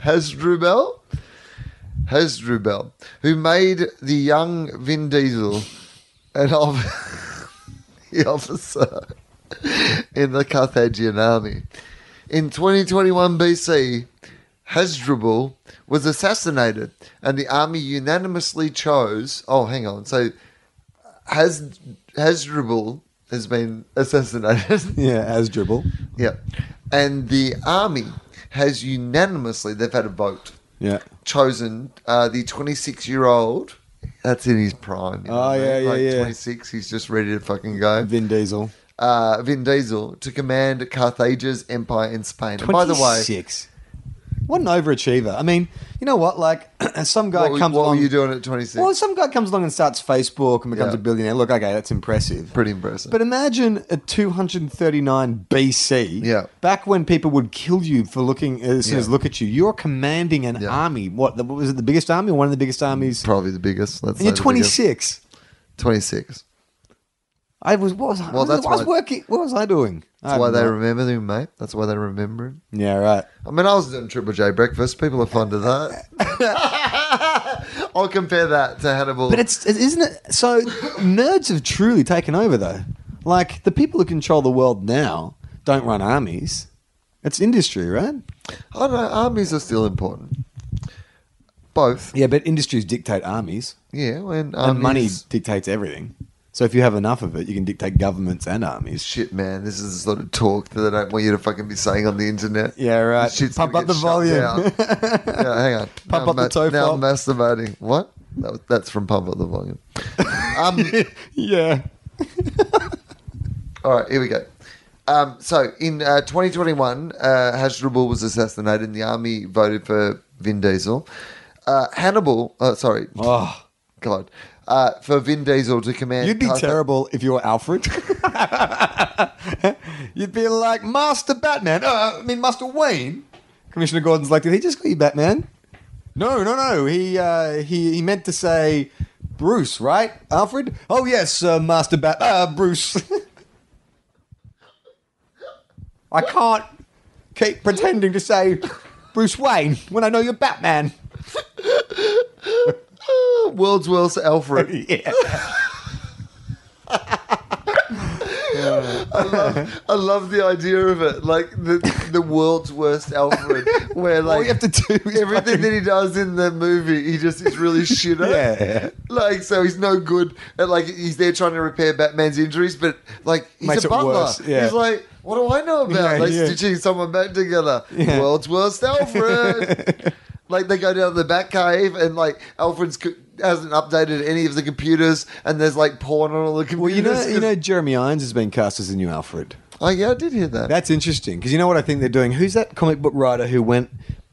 Speaker 1: Hasdrubal? Hasdrubal, who made the young Vin Diesel an of- the officer in the Carthaginian army. In 2021 BC, Hasdrubal was assassinated, and the army unanimously chose. Oh, hang on. So, Has- Hasdrubal has been assassinated.
Speaker 3: yeah, as dribble.
Speaker 1: Yeah. And the army has unanimously, they've had a vote,
Speaker 3: Yeah.
Speaker 1: chosen uh, the 26 year old. That's in his prime. you know
Speaker 3: Oh,
Speaker 1: what I mean?
Speaker 3: yeah, yeah,
Speaker 1: like
Speaker 3: yeah.
Speaker 1: 26, he's just ready to fucking go.
Speaker 3: Vin Diesel.
Speaker 1: Uh, Vin Diesel to command Carthage's empire in Spain. And by the way,
Speaker 3: 26. What an overachiever. I mean, you know what? Like, some guy
Speaker 1: What, were-
Speaker 3: comes
Speaker 1: what were
Speaker 3: along.
Speaker 1: you doing at 26?
Speaker 3: Well, some guy comes along and starts Facebook and becomes
Speaker 1: Yeah.
Speaker 3: a billionaire. Look, okay, that's impressive.
Speaker 1: Pretty impressive.
Speaker 3: But imagine at 239 BC,
Speaker 1: Yeah.
Speaker 3: back when people would kill you for looking uh, as soon
Speaker 1: Yeah.
Speaker 3: as look at you, you're commanding an
Speaker 1: Yeah.
Speaker 3: army. What, the, what was it? The biggest army or one of the biggest armies?
Speaker 1: Probably the biggest. Let's
Speaker 3: and you're
Speaker 1: say the biggest.
Speaker 3: 26.
Speaker 1: 26.
Speaker 3: I was. What was I?
Speaker 1: Well, that's
Speaker 3: I was
Speaker 1: why-
Speaker 3: working. What was I doing?
Speaker 1: That's why they remember him, mate. That's why they remember him.
Speaker 3: Yeah, right.
Speaker 1: I mean, I was doing Triple J breakfast. People are fond of that. I'll compare that to Hannibal.
Speaker 3: But it's it- isn't it? So nerds have truly taken over, though. Like the people who control the world now don't run armies. It's industry, right?
Speaker 1: I don't know. Armies are still important. Both.
Speaker 3: Yeah, but industries dictate armies,
Speaker 1: Yeah. When um,
Speaker 3: and money
Speaker 1: armies-
Speaker 3: dictates everything. So if you have enough of it, you can dictate governments and armies.
Speaker 1: Shit, man. This is the sort of talk that they don't want you to fucking be saying on the internet.
Speaker 3: Yeah, right.
Speaker 1: This shit's
Speaker 3: Pump
Speaker 1: gonna
Speaker 3: up
Speaker 1: get
Speaker 3: the
Speaker 1: shut
Speaker 3: volume.
Speaker 1: down. yeah, hang on.
Speaker 3: Pump
Speaker 1: now
Speaker 3: up the toe
Speaker 1: Now I'm
Speaker 3: flop.
Speaker 1: masturbating. What? That was, that's from Pump Up the Volume. Um,
Speaker 3: yeah.
Speaker 1: All right, here we go. Um, so in uh, 2021, uh, Hasdrubal was assassinated, and the army voted for Vin Diesel. Uh, Hannibal, uh, sorry,
Speaker 3: Oh,
Speaker 1: God, uh, for Vin Diesel to command.
Speaker 3: you'd be
Speaker 1: Carthage-
Speaker 3: terrible if you were Alfred. you'd be like Master Batman. Uh, I mean, Master Wayne. Commissioner Gordon's like, did he just call you Batman? No, no, no. He uh, he he meant to say Bruce, right? Alfred. Oh yes, uh, Master Bat. Uh, Bruce. I can't keep pretending to say Bruce Wayne when I know you're Batman.
Speaker 1: World's worst Alfred.
Speaker 3: Yeah.
Speaker 1: I love the idea of it, like the the world's worst Alfred, where like
Speaker 3: All you have to do is
Speaker 1: everything that he does in the movie, he just is really shit at.
Speaker 3: Yeah.
Speaker 1: Like, so he's no good at, like, he's there trying to repair Batman's injuries, but, like, he's
Speaker 3: Makes
Speaker 1: a
Speaker 3: it
Speaker 1: butler.
Speaker 3: worse, yeah.
Speaker 1: He's like, what do I know about,
Speaker 3: Yeah,
Speaker 1: like,
Speaker 3: yeah.
Speaker 1: stitching someone back together?
Speaker 3: Yeah.
Speaker 1: World's worst Alfred. like, they go down to the Batcave, and, like, Alfred's co- hasn't updated any of the computers, and there's, like, porn on all the
Speaker 3: Well, you
Speaker 1: computers.
Speaker 3: know, you
Speaker 1: 'cause-
Speaker 3: know, Jeremy Irons has been cast as the new Alfred.
Speaker 1: oh, yeah, I did hear that.
Speaker 3: That's interesting because you know what I think they're doing. Who's that comic book writer who went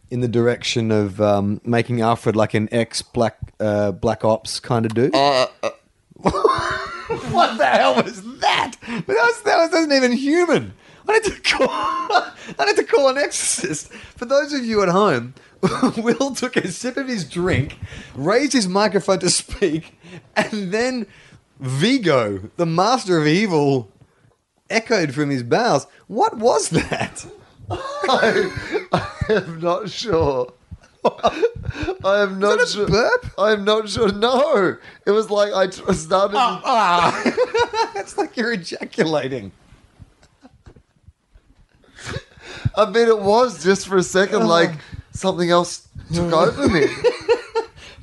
Speaker 3: in the direction of um, making Alfred like an ex black uh, black ops kind of dude? what the hell was that? That, was, that was, wasn't even human. I need to call. I need to call an exorcist. For those of you at home, Will took a sip of his drink, raised his microphone to speak, and then Vigo, the master of evil, echoed from his bowels. What was that?
Speaker 1: I'm not sure. I am not
Speaker 3: that a
Speaker 1: sure.
Speaker 3: burp?
Speaker 1: I am not sure. No, it was like I tr- started.
Speaker 3: Ah. That's like you're ejaculating.
Speaker 1: I mean, it was just for a
Speaker 3: Ah.
Speaker 1: second, like something else took over me.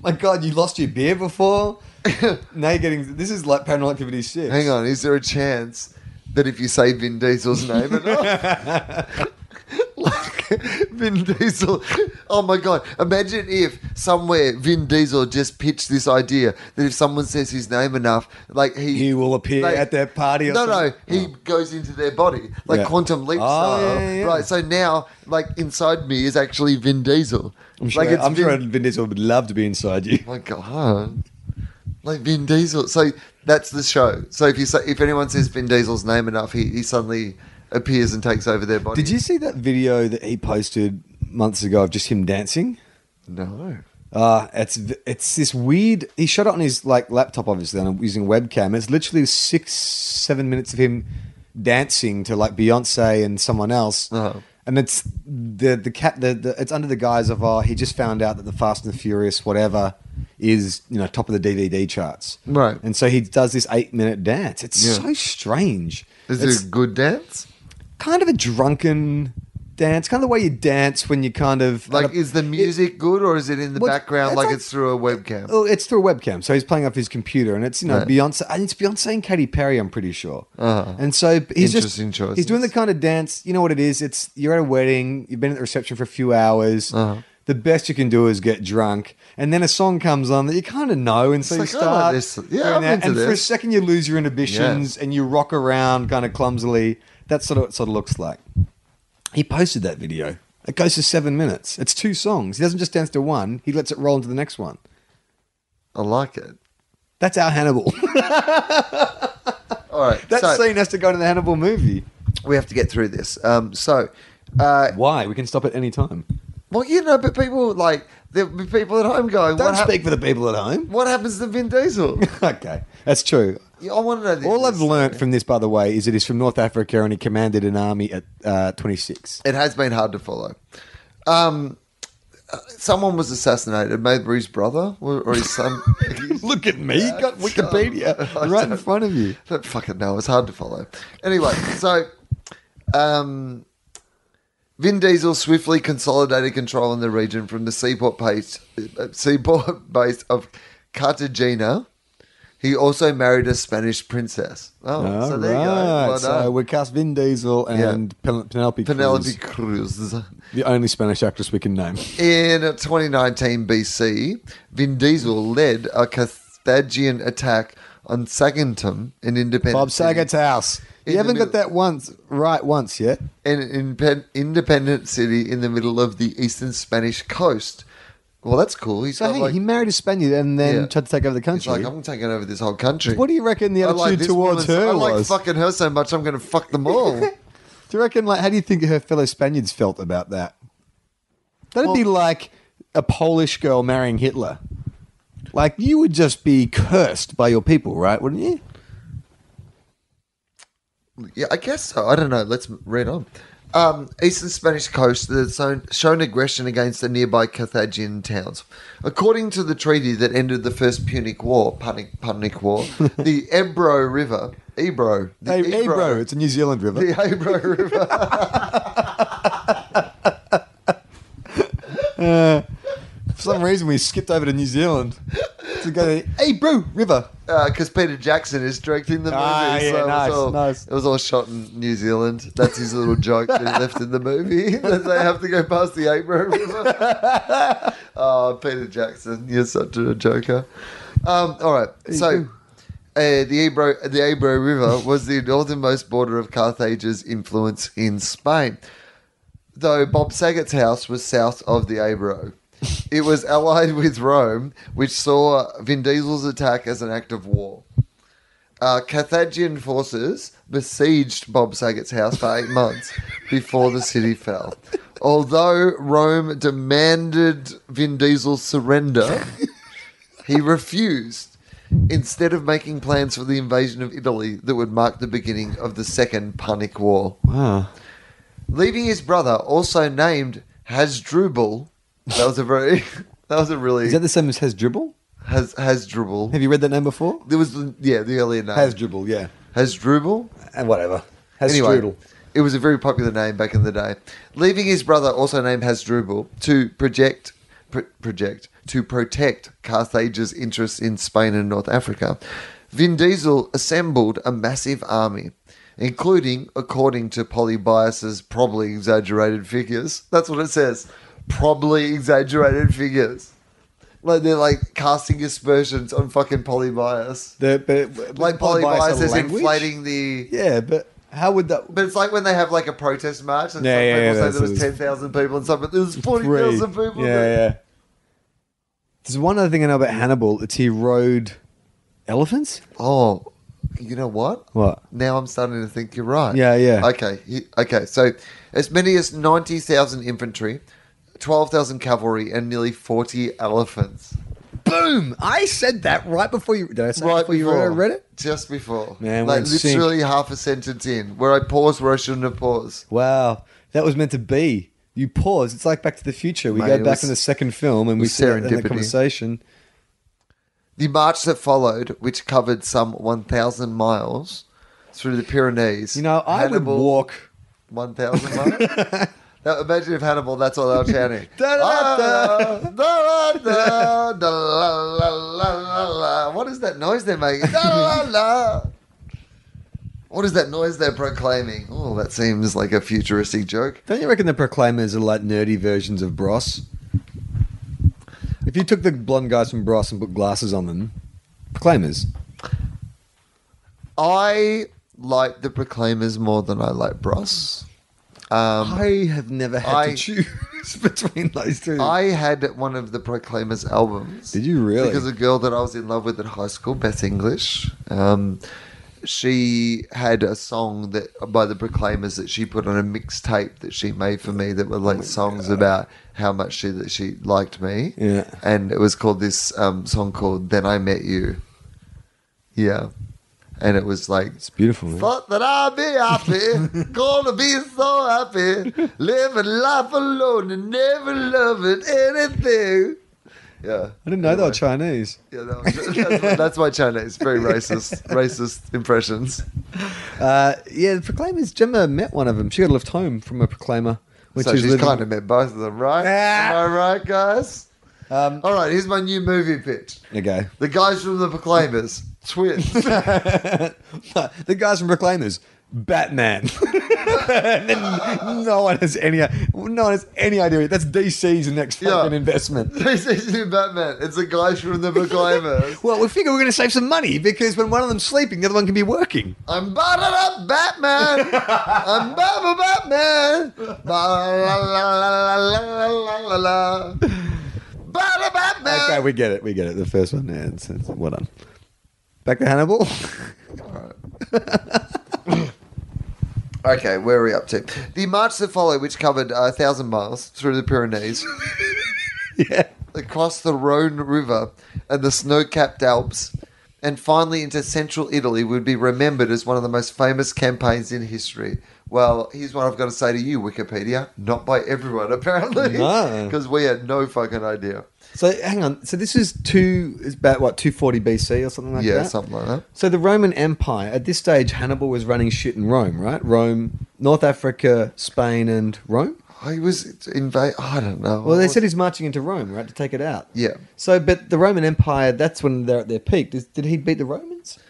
Speaker 3: My God, you lost your beer before. now you're getting. This is like paranormal activity shit.
Speaker 1: Hang on, is there a chance that if you say Vin Diesel's name enough, like Vin Diesel? Oh my god! Imagine if somewhere Vin Diesel just pitched this idea that if someone says his name enough, like he
Speaker 3: He will appear
Speaker 1: like-
Speaker 3: at their party. Or
Speaker 1: no, no,
Speaker 3: something. Oh.
Speaker 1: he goes into their body like
Speaker 3: Yeah.
Speaker 1: quantum leap
Speaker 3: Oh,
Speaker 1: style,
Speaker 3: yeah, yeah.
Speaker 1: right? So now, like inside me is actually Vin Diesel.
Speaker 3: I'm sure.
Speaker 1: like
Speaker 3: I'm
Speaker 1: Vin-
Speaker 3: sure Vin Diesel would love to be inside you.
Speaker 1: my god, like Vin Diesel. So that's the show. So if you say if anyone says Vin Diesel's name enough, he, he suddenly appears and takes over their body.
Speaker 3: Did you see that video that he posted months ago of just him dancing?
Speaker 1: No.
Speaker 3: Uh, it's it's this weird. He shot it on his like laptop, obviously, and I'm using a webcam. It's literally six, seven minutes of him dancing to like Beyonce and someone else,
Speaker 1: Uh-huh.
Speaker 3: and it's the the cat. The, the it's under the guise of oh, he just found out that the Fast and the Furious whatever is you know top of the DVD charts,
Speaker 1: Right.
Speaker 3: And so he does this eight minute dance. It's
Speaker 1: Yeah.
Speaker 3: so strange.
Speaker 1: Is
Speaker 3: It's-
Speaker 1: it a good dance?
Speaker 3: kind of a drunken dance, kind of the way you dance when you kind of
Speaker 1: Like, is the music good or is it in the
Speaker 3: Well,
Speaker 1: background
Speaker 3: it's
Speaker 1: like,
Speaker 3: like-
Speaker 1: it's through a webcam?
Speaker 3: Oh, it's through a webcam, so he's playing off his computer, and it's you know
Speaker 1: Right.
Speaker 3: Beyonce, and it's Beyonce and Katy Perry, I'm pretty sure.
Speaker 1: Uh-huh.
Speaker 3: And so he's just
Speaker 1: Interesting choices.
Speaker 3: he's doing the kind of dance. You know what it is? It's you're at a wedding, you've been at the reception for a few hours.
Speaker 1: Uh-huh.
Speaker 3: The best you can do is get drunk, and then a song comes on that you kind of know, and so
Speaker 1: It's
Speaker 3: you
Speaker 1: like, "Oh, I like
Speaker 3: start.
Speaker 1: this. Yeah,
Speaker 3: doing
Speaker 1: I'm
Speaker 3: that,
Speaker 1: into
Speaker 3: and for a
Speaker 1: this.
Speaker 3: second you lose your inhibitions, and you rock around kind of clumsily. That's sort of what it sort of looks like. He posted that video It goes for seven minutes. It's two songs. He doesn't just dance to one. He lets it roll into the next one.
Speaker 1: I like it.
Speaker 3: That's our Hannibal.
Speaker 1: All right.
Speaker 3: that
Speaker 1: so
Speaker 3: scene has to go to the Hannibal movie.
Speaker 1: we have to get through this. Um, so, uh,
Speaker 3: Why? We can stop at any time.
Speaker 1: well, you know, but people like there'll be people at home going,
Speaker 3: Don't
Speaker 1: what, hap-
Speaker 3: speak for the people at home.
Speaker 1: what happens to Vin Diesel?
Speaker 3: okay, that's true.
Speaker 1: Yeah, I want to know. This,
Speaker 3: All I've learnt from this, by the way, is that he's from North Africa and he commanded an army at uh, 26.
Speaker 1: It has been hard to follow. Um, uh, someone was assassinated. Maybe his brother or or his son.
Speaker 3: Look at me, you got Wikipedia right in front of you.
Speaker 1: don't fucking know. It's hard to follow. Anyway, so um, Vin Diesel swiftly consolidated control in the region from the seaport base, uh, seaport base of Cartagena. He also married a Spanish princess. Oh, so there you go. Well
Speaker 3: so
Speaker 1: done.
Speaker 3: we cast Vin Diesel and Pen- Penelope.
Speaker 1: Penelope
Speaker 3: Cruz,
Speaker 1: Cruz.
Speaker 3: the only Spanish actress we can name.
Speaker 1: In 2019 BC, Vin Diesel led a Carthaginian attack on Saguntum in Independence.
Speaker 3: Bob Saget's house.
Speaker 1: In
Speaker 3: You
Speaker 1: the
Speaker 3: haven't got
Speaker 1: middle.
Speaker 3: that once right once yet.
Speaker 1: an independ- independent city in the middle of the eastern Spanish coast. Well, that's cool. He's
Speaker 3: So
Speaker 1: got
Speaker 3: hey,
Speaker 1: like,
Speaker 3: he married a Spaniard and then
Speaker 1: Yeah.
Speaker 3: tried to take over the
Speaker 1: he's like,
Speaker 3: country.
Speaker 1: I'm taking over this whole country.
Speaker 3: what do you reckon the
Speaker 1: I
Speaker 3: attitude
Speaker 1: like this
Speaker 3: towards
Speaker 1: woman so-
Speaker 3: her
Speaker 1: I like
Speaker 3: was?
Speaker 1: fucking her so much, I'm going to fuck them all.
Speaker 3: Do you reckon, like, how do you think her fellow Spaniards felt about that? That'd be like a Polish girl marrying Hitler. Like, you would just be cursed by your people, right? Wouldn't you?
Speaker 1: yeah, I guess so. I don't know. Let's read on. Um, eastern Spanish coast that had shown, shown aggression against the nearby Carthaginian towns. According to the treaty that ended the First Punic War, Punic, Punic War, the Ebro River, Ebro, the
Speaker 3: Hey, hey, bro, it's a New Zealand river.
Speaker 1: the Ebro River.
Speaker 3: For some reason, we skipped over to New Zealand to go to the Ebro River.
Speaker 1: because Uh, Peter Jackson is directing the movie.
Speaker 3: Ah, yeah,
Speaker 1: it was
Speaker 3: nice,
Speaker 1: all-
Speaker 3: nice.
Speaker 1: It was all shot in New Zealand. That's his little joke that he left in the movie that they have to go past the April River. oh, Peter Jackson, you're such a joker. Um, all right, so. Uh, the Ebro, the Ebro River was the northernmost border of Carthage's influence in Spain though Bob Saget's house was south of the Ebro. It was allied with Rome, which saw Vin Diesel's attack as an act of war. Uh, Carthaginian forces besieged Bob Saget's house for eight months before the city fell. Although Rome demanded Vin Diesel's surrender, he refused. Instead of making plans for the invasion of Italy that would mark the beginning of the Second Punic War
Speaker 3: Wow.
Speaker 1: leaving his brother, also named Hasdrubal. That was a very, that was a really
Speaker 3: Is that the same as Has Dribble?
Speaker 1: Has Hasdrubal.
Speaker 3: Have you read that name before?
Speaker 1: There was the, yeah the earlier name
Speaker 3: Has Dribble, yeah.
Speaker 1: Hasdrubal.
Speaker 3: And whatever. Has
Speaker 1: Anyway,
Speaker 3: Strudel.
Speaker 1: it was a very popular name back in the day. Leaving his brother, also named Hasdrubal, to project pr- project to protect Carthage's interests in Spain and North Africa, Vin Diesel assembled a massive army. Including, according to Polybius's probably exaggerated figures. That's what it says. Probably exaggerated figures. Like they're like casting aspersions on fucking Polybius.
Speaker 3: The, but,
Speaker 1: Like
Speaker 3: Polybius
Speaker 1: Polybius
Speaker 3: a
Speaker 1: is
Speaker 3: language?
Speaker 1: inflating the
Speaker 3: Yeah, but how would that.
Speaker 1: but it's like when they have like a protest march, and
Speaker 3: Yeah,
Speaker 1: some
Speaker 3: yeah,
Speaker 1: people
Speaker 3: yeah,
Speaker 1: say
Speaker 3: that's
Speaker 1: there was
Speaker 3: what it
Speaker 1: ten
Speaker 3: is.
Speaker 1: thousand people, and some but there was forty
Speaker 3: Three.
Speaker 1: thousand people.
Speaker 3: Yeah,
Speaker 1: there.
Speaker 3: yeah. There's one other thing I know about Hannibal. It's he rode elephants.
Speaker 1: Oh, you know what?
Speaker 3: What?
Speaker 1: Now I'm starting to think you're right.
Speaker 3: Yeah, yeah.
Speaker 1: Okay, he- okay. So as many as ninety thousand infantry, twelve thousand cavalry, and nearly forty elephants.
Speaker 3: Boom! I said that right before you. Did I say
Speaker 1: Right
Speaker 3: before, you read, read it?
Speaker 1: just before,
Speaker 3: Man, we're
Speaker 1: like
Speaker 3: in sync.
Speaker 1: literally half a sentence in, where I paused where I shouldn't have paused.
Speaker 3: Wow, that was meant to be. You pause. It's like Back to the Future. We
Speaker 1: Mate,
Speaker 3: go
Speaker 1: it
Speaker 3: back
Speaker 1: was-
Speaker 3: in the second film and we
Speaker 1: was
Speaker 3: see it in the
Speaker 1: serendipity.
Speaker 3: conversation.
Speaker 1: The march that followed, which covered some 1,000 miles through the Pyrenees.
Speaker 3: You know, I
Speaker 1: Hannibal-
Speaker 3: would walk.
Speaker 1: 1,000 miles? now, imagine if Hannibal, that's all they were chanting. "Ah,
Speaker 3: Da-da-da-da.
Speaker 1: Da-da-da, da-la-la-la-la. What is that noise they're making? Da-la-la. What is that noise they're proclaiming? Oh, that seems like a futuristic joke.
Speaker 3: Don't you reckon the Proclaimers are like nerdy versions of Bros? If you took the blonde guys from Bros and put glasses on them, Proclaimers.
Speaker 1: I like the Proclaimers more than I like Bros.
Speaker 3: I have never had
Speaker 1: Um, I-
Speaker 3: to choose between those two.
Speaker 1: I had one of the Proclaimers albums.
Speaker 3: Did you really?
Speaker 1: Because a girl that I was in love with at high school, Beth English, um, she had a song that by the Proclaimers that she put on a mixtape that she made for me that were
Speaker 3: Oh
Speaker 1: like songs about how much she that she liked me.
Speaker 3: Yeah.
Speaker 1: and it was called this um, song called "Then I Met You." Yeah. And it was like it's
Speaker 3: beautiful, man.
Speaker 1: Thought that I'd be happy, gonna be so happy, living life alone and never loving anything. Yeah,
Speaker 3: I didn't know they were Chinese.
Speaker 1: yeah, that was, that's, that's why China is very racist. racist impressions.
Speaker 3: Uh, yeah, the Proclaimers. Gemma met one of them. She got left home from a Proclaimer. When
Speaker 1: so
Speaker 3: she was
Speaker 1: she's
Speaker 3: living-
Speaker 1: kind of met both of them, right?
Speaker 3: Ah.
Speaker 1: Am I right, guys?
Speaker 3: Um,
Speaker 1: All right, here's my new movie pitch.
Speaker 3: Okay.
Speaker 1: The guys from the Proclaimers, twins.
Speaker 3: the guys from Proclaimers, Batman. And then no one has any, no one has any idea. That's DC's next
Speaker 1: Yeah.
Speaker 3: fucking investment.
Speaker 1: This is new Batman. It's the guys from the Proclaimers.
Speaker 3: Well, we figure we're going to save some money because when one of them's sleeping, the other one can be working.
Speaker 1: I'm butted up Batman. I'm Baba Batman. Ba la la la la la la la la. Bada Batman.
Speaker 3: Okay, we get it. We get it. The first one. Yeah, it's, it's, well done. Back to Hannibal.
Speaker 1: Okay, where are we up to? The march that followed, which covered uh, a thousand miles through the Pyrenees,
Speaker 3: yeah.
Speaker 1: across the Rhone River and the snow-capped Alps, and finally into central Italy, would be remembered as one of the most famous campaigns in history. Well, here's what I've got to say to you, Wikipedia. Not by everyone, apparently,
Speaker 3: No.
Speaker 1: because we had no fucking idea.
Speaker 3: So hang on. So this is two. It's about what 240 BC or something like
Speaker 1: yeah,
Speaker 3: that.
Speaker 1: something like that.
Speaker 3: So the Roman Empire at this stage, Hannibal was running shit in Rome, right? Rome, North Africa, Spain, and Rome.
Speaker 1: He was invade. I don't know.
Speaker 3: Well, they said he's marching into Rome, right, to take it out.
Speaker 1: Oh. Yeah.
Speaker 3: So, but the Roman Empire, that's when they're at their peak. Did, did he beat the Romans?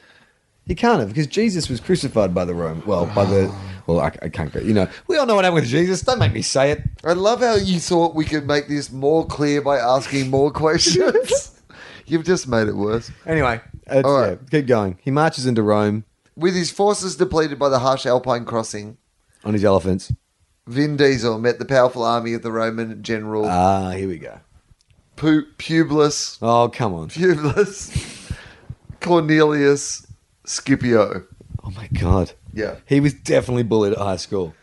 Speaker 3: He can't have, because Jesus was crucified by the Rome. Well, by the. Well, I, I can't go. You know, we all know what happened with Jesus. Don't make me say it.
Speaker 1: I love how you thought we could make this more clear by asking more questions. You've just made it worse.
Speaker 3: Anyway, it's,
Speaker 1: All right.
Speaker 3: yeah, keep going. He marches into Rome
Speaker 1: With his forces depleted by the harsh Alpine crossing,
Speaker 3: on his elephants.
Speaker 1: Vin Diesel met the powerful army of the Roman general
Speaker 3: Ah, here we go.
Speaker 1: Pu- Publius,
Speaker 3: Oh, come on.
Speaker 1: Publius, Cornelius Scipio.
Speaker 3: Oh, my God.
Speaker 1: Yeah.
Speaker 3: He was definitely bullied at high school.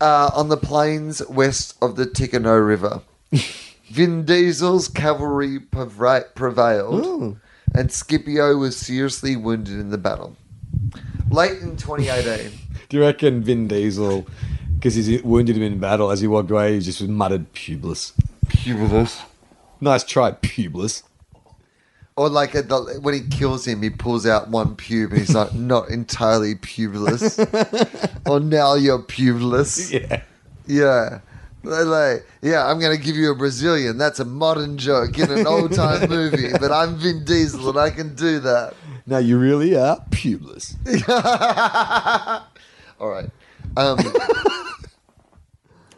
Speaker 1: uh, on the plains west of the Ticino River. Vin Diesel's cavalry provri- prevailed,
Speaker 3: Ooh.
Speaker 1: and Scipio was seriously wounded in the battle. Late in 2018,
Speaker 3: Do you reckon Vin Diesel, because he's wounded him in battle, as he walked away, he just muttered "pubeless." Pubeless. Nice try, pubeless.
Speaker 1: or like at the, when he kills him, he pulls out one pube and he's like, not entirely pubeless. or now you're pubeless.
Speaker 3: Yeah.
Speaker 1: Yeah. They're like, yeah, I'm going to give you a Brazilian. That's a modern joke in an old time movie, but I'm Vin Diesel and I can do that.
Speaker 3: Now you really are pubeless.
Speaker 1: All right. Um,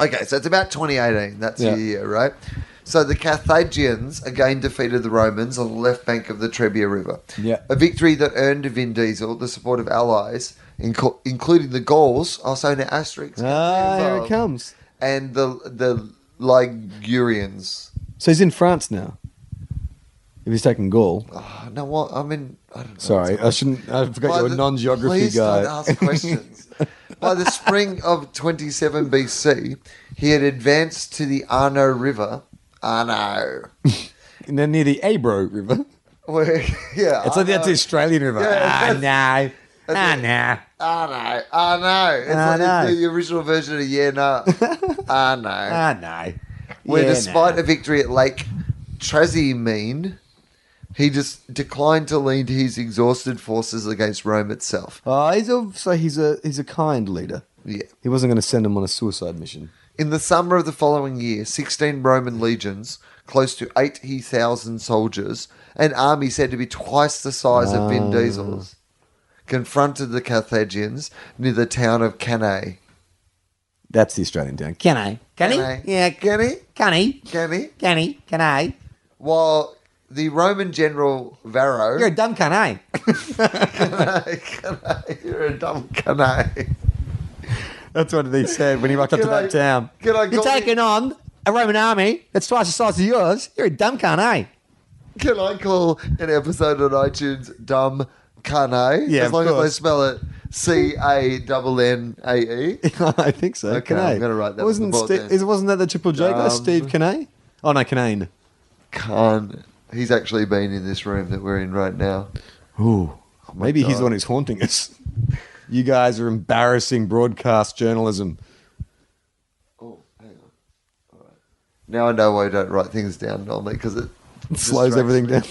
Speaker 1: okay, so it's about 2018. That's
Speaker 3: Yeah.
Speaker 1: the year, right? So the Carthaginians again defeated the Romans on the left bank of the Trebia River.
Speaker 3: Yeah.
Speaker 1: A victory that earned Vin Diesel the support of allies, inco- including the Gauls, also an asterisk.
Speaker 3: Ah, here it
Speaker 1: involved,
Speaker 3: comes.
Speaker 1: And the the Ligurians.
Speaker 3: So he's in France now. If he's taking Gaul,
Speaker 1: Oh, no, what? I mean, I don't know.
Speaker 3: sorry, I shouldn't. I forgot
Speaker 1: By
Speaker 3: you're a
Speaker 1: the-
Speaker 3: non-geography
Speaker 1: please
Speaker 3: guy.
Speaker 1: Don't ask questions. By the spring of 27 BC, he had advanced to the Arno River. Arno.
Speaker 3: and then near the Ebro River.
Speaker 1: Where, yeah.
Speaker 3: It's like that's the
Speaker 1: Arno.
Speaker 3: Australian River.
Speaker 1: Yeah,
Speaker 3: ah, no. Ah,
Speaker 1: it.
Speaker 3: nah.
Speaker 1: Arno. Arno. It's like
Speaker 3: Arno.
Speaker 1: the- the original version of Yeah, no. Arno.
Speaker 3: Ah, no.
Speaker 1: where
Speaker 3: Yeah,
Speaker 1: despite
Speaker 3: nah.
Speaker 1: a victory at Lake Trasimene, he just declined to lead his exhausted forces against Rome itself.
Speaker 3: Oh, he's a, so he's a he's a kind leader.
Speaker 1: Yeah.
Speaker 3: He wasn't going to send him on a suicide mission.
Speaker 1: In the summer of the following year, 16 Roman legions, close to 80,000 soldiers, an army said to be twice the size of Vin Diesel's, confronted the Carthaginians near the town of Cannae.
Speaker 3: That's the Australian town. Can I? Can,
Speaker 1: Cannae.
Speaker 3: he? Yeah.
Speaker 1: Cannae?
Speaker 3: Can he?
Speaker 1: Cannae?
Speaker 3: Can he? Can I?
Speaker 1: While the Roman general Varro.
Speaker 3: You're a dumb can eh? I?
Speaker 1: Cannae, Cannae, you're a dumb Cannae.
Speaker 3: That's what he said when he rocked up
Speaker 1: Can
Speaker 3: to
Speaker 1: I-
Speaker 3: that town.
Speaker 1: can I
Speaker 3: You're
Speaker 1: call
Speaker 3: taking on a Roman army that's twice the size of yours. You're a dumb cunt, eh?
Speaker 1: Can I call an episode on iTunes dumb cane?
Speaker 3: Yeah,
Speaker 1: as
Speaker 3: of
Speaker 1: long as I
Speaker 3: course.
Speaker 1: spell it C A double N A E.
Speaker 3: I think so.
Speaker 1: Okay, I'm
Speaker 3: Kinnaid.
Speaker 1: gonna write that on
Speaker 3: Wasn't
Speaker 1: the board
Speaker 3: Ste-
Speaker 1: then.
Speaker 3: is- wasn't that the Triple J guy,
Speaker 1: Um,
Speaker 3: Steve Canane? Oh no, Canane.
Speaker 1: Khan. He's actually been in this room that we're in right now.
Speaker 3: Ooh, maybe he's
Speaker 1: God.
Speaker 3: the one who's haunting us. You guys are embarrassing broadcast journalism.
Speaker 1: Now I know why I don't write things down normally because it
Speaker 3: Slows everything down.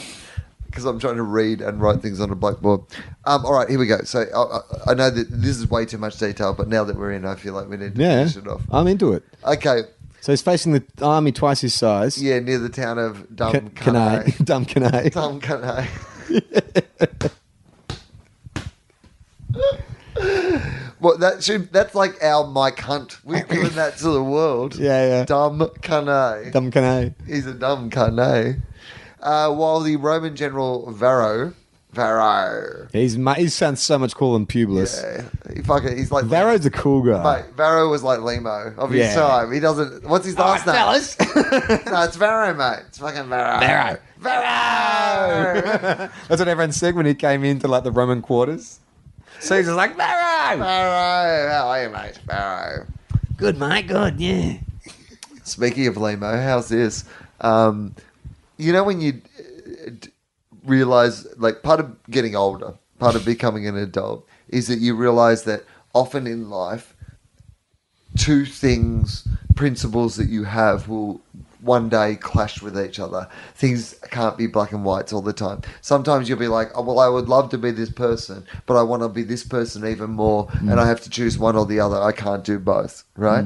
Speaker 1: Because I'm trying to read and write things on a blackboard. Um, all right, here we go. So I- I, I know that this is way too much detail, but now that we're in, I feel like we need to
Speaker 3: Yeah,
Speaker 1: finish it off.
Speaker 3: I'm into it.
Speaker 1: Okay,
Speaker 3: So he's facing the army twice his size.
Speaker 1: yeah, near the town of Dumb
Speaker 3: Ca- Cannae.
Speaker 1: Cannae.
Speaker 3: dumb Cannae.
Speaker 1: Dumb Cannae. well, that should that's like our Mike Hunt. We've given that to the world.
Speaker 3: Yeah, yeah.
Speaker 1: Dumb Cannae.
Speaker 3: Dumb Cannae.
Speaker 1: He's a dumb cunt, eh? Uh, while the Roman general Varro, Varro,
Speaker 3: He's ma- he sounds so much cooler than Publius.
Speaker 1: yeah, eh, he fucking, he's like
Speaker 3: Varro's a cool guy.
Speaker 1: Mate, Varro was like Limo of his
Speaker 3: Yeah.
Speaker 1: time. He doesn't. What's his last name? Fellas. no, it's Varro, mate. It's fucking Varro. Varro. Varro.
Speaker 3: That's what everyone said when he came into like the Roman quarters. So he's just like Varro.
Speaker 1: Varro. How are you, mate? Varro.
Speaker 3: Good, mate. Good, yeah.
Speaker 1: Speaking of Limo, how's this? Um, you know when you uh, d- realize, like, part of getting older, part of becoming an adult, is that you realize that often in life, two things, principles that you have will one day clash with each other. Things can't be black and whites all the time. Sometimes you'll be like, oh, well, I would love to be this person, but I want to be this person even more, and I have to choose one or the other. I can't do both, right?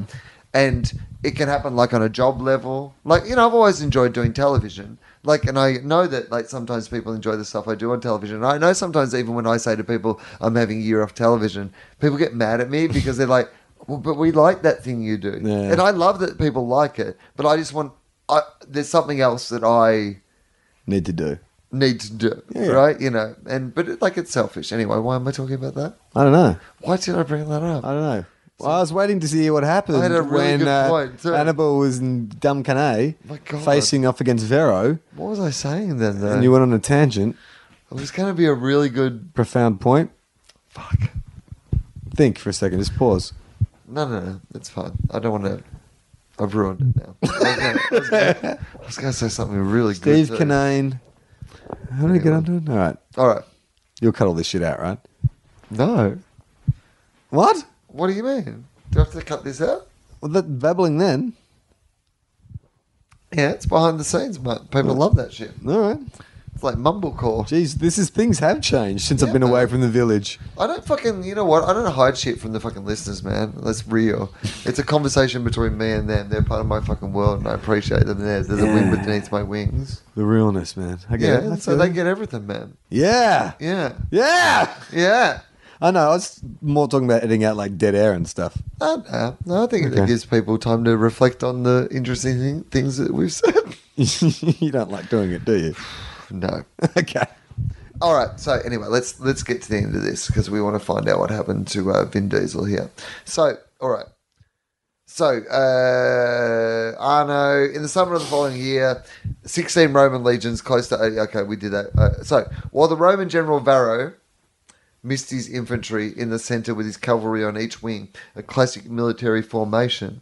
Speaker 1: And it can happen like on a job level. Like, you know, I've always enjoyed doing television. Like, and I know that, like, sometimes people enjoy the stuff I do on television. And I know sometimes, even when I say to people, I'm having a year off television, people get mad at me because they're like, well, but we like that thing you do,
Speaker 3: Yeah.
Speaker 1: and I love that people like it. But I just want I, there's something else that I
Speaker 3: Need to do.
Speaker 1: need to do,
Speaker 3: Yeah.
Speaker 1: right? You know, and but it, like it's selfish anyway. Why am I talking about that?
Speaker 3: I don't know.
Speaker 1: Why did I bring that up?
Speaker 3: I don't know. Well, I was waiting to see what happened
Speaker 1: I had a really
Speaker 3: when
Speaker 1: good
Speaker 3: uh,
Speaker 1: point, too.
Speaker 3: Annabelle was in Dumb Canay
Speaker 1: My God.
Speaker 3: facing off against Vero,
Speaker 1: What was I saying then? Though
Speaker 3: and you went on a tangent.
Speaker 1: it was going to be a really good
Speaker 3: Profound point.
Speaker 1: fuck.
Speaker 3: Think for a second. Just pause.
Speaker 1: No, no, no, it's fine. I don't want to. I've ruined it now. I was gonna- I was going to say something really
Speaker 3: Steve
Speaker 1: good. too.
Speaker 3: Canane. How did I get onto it? All right.
Speaker 1: All right.
Speaker 3: You'll cut all this shit out, right?
Speaker 1: No.
Speaker 3: What?
Speaker 1: What do you mean? Do I have to cut this out?
Speaker 3: Well, that babbling then.
Speaker 1: Yeah, it's behind the scenes, mate. People love that shit.
Speaker 3: All right.
Speaker 1: It's like mumblecore.
Speaker 3: Jeez, this is things have changed since I've
Speaker 1: Yeah,
Speaker 3: been
Speaker 1: man.
Speaker 3: away from the village.
Speaker 1: I don't fucking, you know what? I don't hide shit from the fucking listeners, man. That's real. It's a conversation between me and them. They're part of my fucking world, and I appreciate them. There, there's a wind
Speaker 3: Yeah.
Speaker 1: beneath my wings.
Speaker 3: The realness, man. I get
Speaker 1: Yeah,
Speaker 3: it. I
Speaker 1: so
Speaker 3: feel
Speaker 1: they
Speaker 3: it.
Speaker 1: get everything, man.
Speaker 3: Yeah.
Speaker 1: Yeah,
Speaker 3: Yeah.
Speaker 1: yeah.
Speaker 3: I know. I was more talking about editing out like dead air and stuff.
Speaker 1: No, no, Uh, no, I think it
Speaker 3: Okay.
Speaker 1: gives people time to reflect on the interesting thing, things that we've said.
Speaker 3: you don't like doing it, do you?
Speaker 1: no.
Speaker 3: okay.
Speaker 1: All right. So anyway, let's let's get to the end of this because we want to find out what happened to uh, Vin Diesel here. So all right. So uh, Arno, in the summer of the following year, sixteen Roman legions close to. oh, Okay, we did that. Uh, so while the Roman general Varro missed his infantry in the centre with his cavalry on each wing, a classic military formation.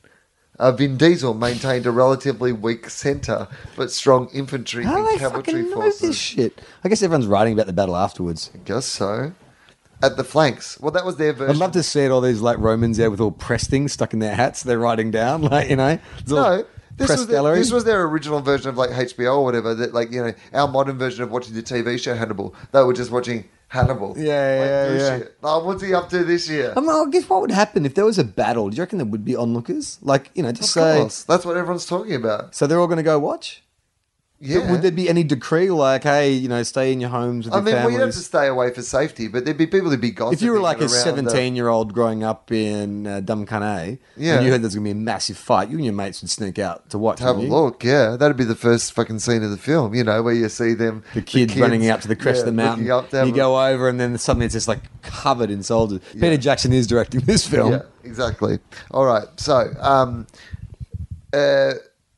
Speaker 1: Uh, Vin Diesel maintained a relatively weak centre but strong infantry
Speaker 3: How do
Speaker 1: and
Speaker 3: they
Speaker 1: cavalry
Speaker 3: fucking know
Speaker 1: forces.
Speaker 3: this shit? I guess everyone's writing about the battle afterwards.
Speaker 1: Guess so. At the flanks. Well, that was their version.
Speaker 3: I'd love to see it, all these like Romans there with all press things stuck in their hats. They're writing down, like you know, it's all
Speaker 1: No, this
Speaker 3: press
Speaker 1: was, their,
Speaker 3: gallery.
Speaker 1: this was their original version of like HBO or whatever. That like you know our modern version of watching the TV show Hannibal. They were just watching Hannibal.
Speaker 3: Yeah, yeah,
Speaker 1: do
Speaker 3: yeah.
Speaker 1: shit. Like, what's he up to this year?
Speaker 3: I mean, I guess what would happen if there was a battle? Do you reckon there would be onlookers? Like you know, just
Speaker 1: Of
Speaker 3: say
Speaker 1: course. that's what everyone's talking about.
Speaker 3: so they're all going to go watch. But
Speaker 1: Yeah.
Speaker 3: Would there be any decree like, hey, you know, stay in your homes with
Speaker 1: I
Speaker 3: your
Speaker 1: mean, we have to
Speaker 3: families?
Speaker 1: stay away for safety, but there'd be people that'd be gossiping.
Speaker 3: if you were like a
Speaker 1: around the-
Speaker 3: 17 year old growing up in uh, Dumkane,
Speaker 1: Yeah.
Speaker 3: and you heard there's going to be a massive fight, you and your mates would sneak out to watch.
Speaker 1: to have a
Speaker 3: wouldn't you?
Speaker 1: look, yeah, that'd be the first fucking scene of the film, you know, where you see them,
Speaker 3: The kids, running out to the crest
Speaker 1: yeah,
Speaker 3: of the mountain.
Speaker 1: looking up to have
Speaker 3: you
Speaker 1: a-
Speaker 3: go over, and then suddenly it's just like covered in soldiers. Peter Jackson is directing this film.
Speaker 1: Yeah, exactly. All right. So, um, uh,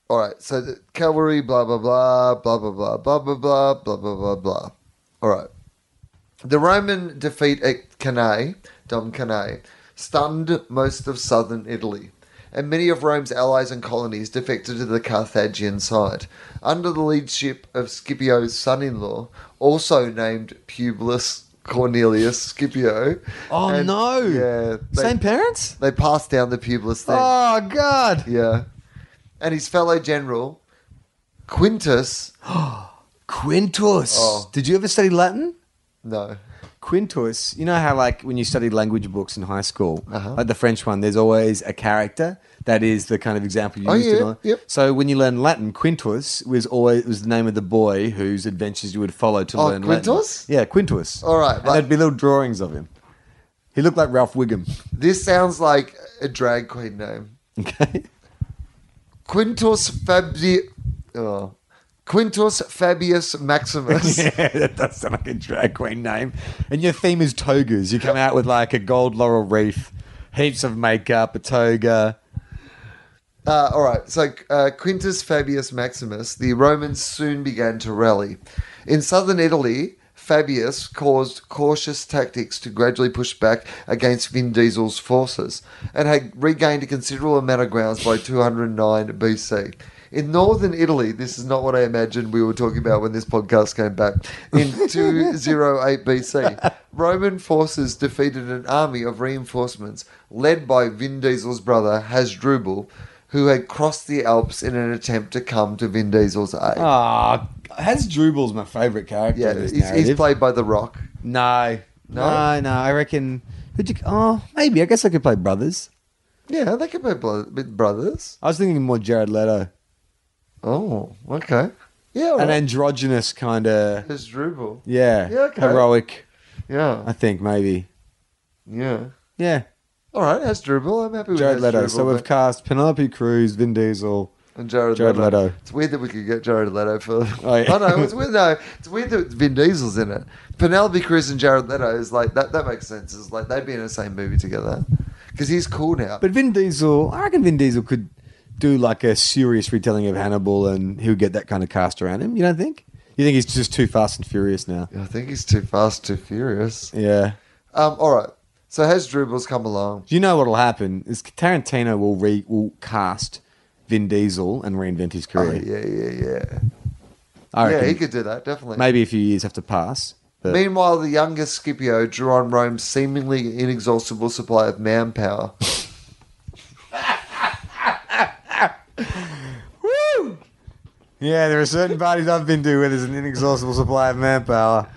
Speaker 1: all right. So the cavalry, blah blah blah, blah blah blah, blah blah blah, blah blah blah blah. All right. The Roman defeat at Cannae, Dom Cannae, stunned most of southern Italy, and many of Rome's allies and colonies defected to the Carthaginian side. Under the leadership of Scipio's son in law, also named Publius Cornelius Scipio.
Speaker 3: Oh
Speaker 1: and-
Speaker 3: no!
Speaker 1: Yeah. they-
Speaker 3: Same parents?
Speaker 1: they passed down the Publius thing.
Speaker 3: Oh god!
Speaker 1: Yeah. And his fellow general, Quintus.
Speaker 3: Quintus.
Speaker 1: Oh.
Speaker 3: Did you ever study Latin?
Speaker 1: No.
Speaker 3: Quintus, you know how like when you study language books in high school,
Speaker 1: Uh-huh.
Speaker 3: like the French one, there's always a character that is the kind of example you
Speaker 1: Oh,
Speaker 3: used.
Speaker 1: yeah,
Speaker 3: in all-
Speaker 1: yep.
Speaker 3: So when you learn Latin, Quintus was always was the name of the boy whose adventures you would follow to
Speaker 1: Oh,
Speaker 3: learn
Speaker 1: Quintus?
Speaker 3: Latin. Yeah, Quintus.
Speaker 1: All right,
Speaker 3: and
Speaker 1: like-
Speaker 3: there'd be little drawings of him. He looked like Ralph Wiggum.
Speaker 1: This sounds like a drag queen name.
Speaker 3: Okay.
Speaker 1: Quintus Fabi. Oh. Quintus Fabius Maximus.
Speaker 3: yeah, that does sound like a drag queen name. And your theme is togas. You come out with like a gold laurel wreath, heaps of makeup, a toga.
Speaker 1: Uh, all right. So uh, Quintus Fabius Maximus, the Romans soon began to rally. In southern Italy, Fabius caused cautious tactics to gradually push back against Vin Diesel's forces and had regained a considerable amount of grounds by 209 BC. In northern Italy, this is not what I imagined we were talking about when this podcast came back. In 208 BC, Roman forces defeated an army of reinforcements led by Vin Diesel's brother Hasdrubal, who had crossed the Alps in an attempt to come to Vin Diesel's aid.
Speaker 3: Ah, has Drubal's my favourite character.
Speaker 1: yeah,
Speaker 3: in this
Speaker 1: he's, he's
Speaker 3: narrative.
Speaker 1: played by The Rock.
Speaker 3: No,
Speaker 1: No?
Speaker 3: no, no, I reckon. Who'd you? Oh, maybe. I guess I could play brothers.
Speaker 1: Yeah, they could be blo- brothers.
Speaker 3: I was thinking more Jared Leto,
Speaker 1: Oh, okay. Yeah, all
Speaker 3: an
Speaker 1: right.
Speaker 3: androgynous kind of,
Speaker 1: Hasdrubal.
Speaker 3: yeah,
Speaker 1: Yeah, okay.
Speaker 3: heroic. I
Speaker 1: Yeah,
Speaker 3: think maybe.
Speaker 1: yeah.
Speaker 3: Yeah,
Speaker 1: All right, Hasdrubal. I'm happy with
Speaker 3: Jared Leto.
Speaker 1: Hasdrubal,
Speaker 3: So we've
Speaker 1: but-
Speaker 3: cast Penelope Cruz, Vin Diesel.
Speaker 1: And Jared,
Speaker 3: Jared
Speaker 1: Leto.
Speaker 3: Leto.
Speaker 1: It's weird that we could get Jared Leto for.
Speaker 3: Oh, yeah.
Speaker 1: I know it's weird. No, it's weird that Vin Diesel's in it. Penelope Cruz and Jared Leto is like that. That makes sense. It's like they'd be in the same movie together because he's cool now.
Speaker 3: But Vin Diesel, I reckon Vin Diesel could do like a serious retelling of Hannibal, and he would get that kind of cast around him. You don't think? You think he's just too fast and furious now?
Speaker 1: I think he's too fast, too furious.
Speaker 3: Yeah.
Speaker 1: Um, all right. So has Drubal's come along?
Speaker 3: Do you know what'll happen? Is Tarantino will re will cast Vin Diesel and reinvent his
Speaker 1: Oh,
Speaker 3: career.
Speaker 1: yeah, yeah, yeah.
Speaker 3: I
Speaker 1: yeah,
Speaker 3: reckon
Speaker 1: he could do that definitely.
Speaker 3: maybe a few years have to pass. But
Speaker 1: Meanwhile, the younger Scipio drew on Rome's seemingly inexhaustible supply of manpower.
Speaker 3: yeah, there are certain parties I've been to where there's an inexhaustible supply of manpower.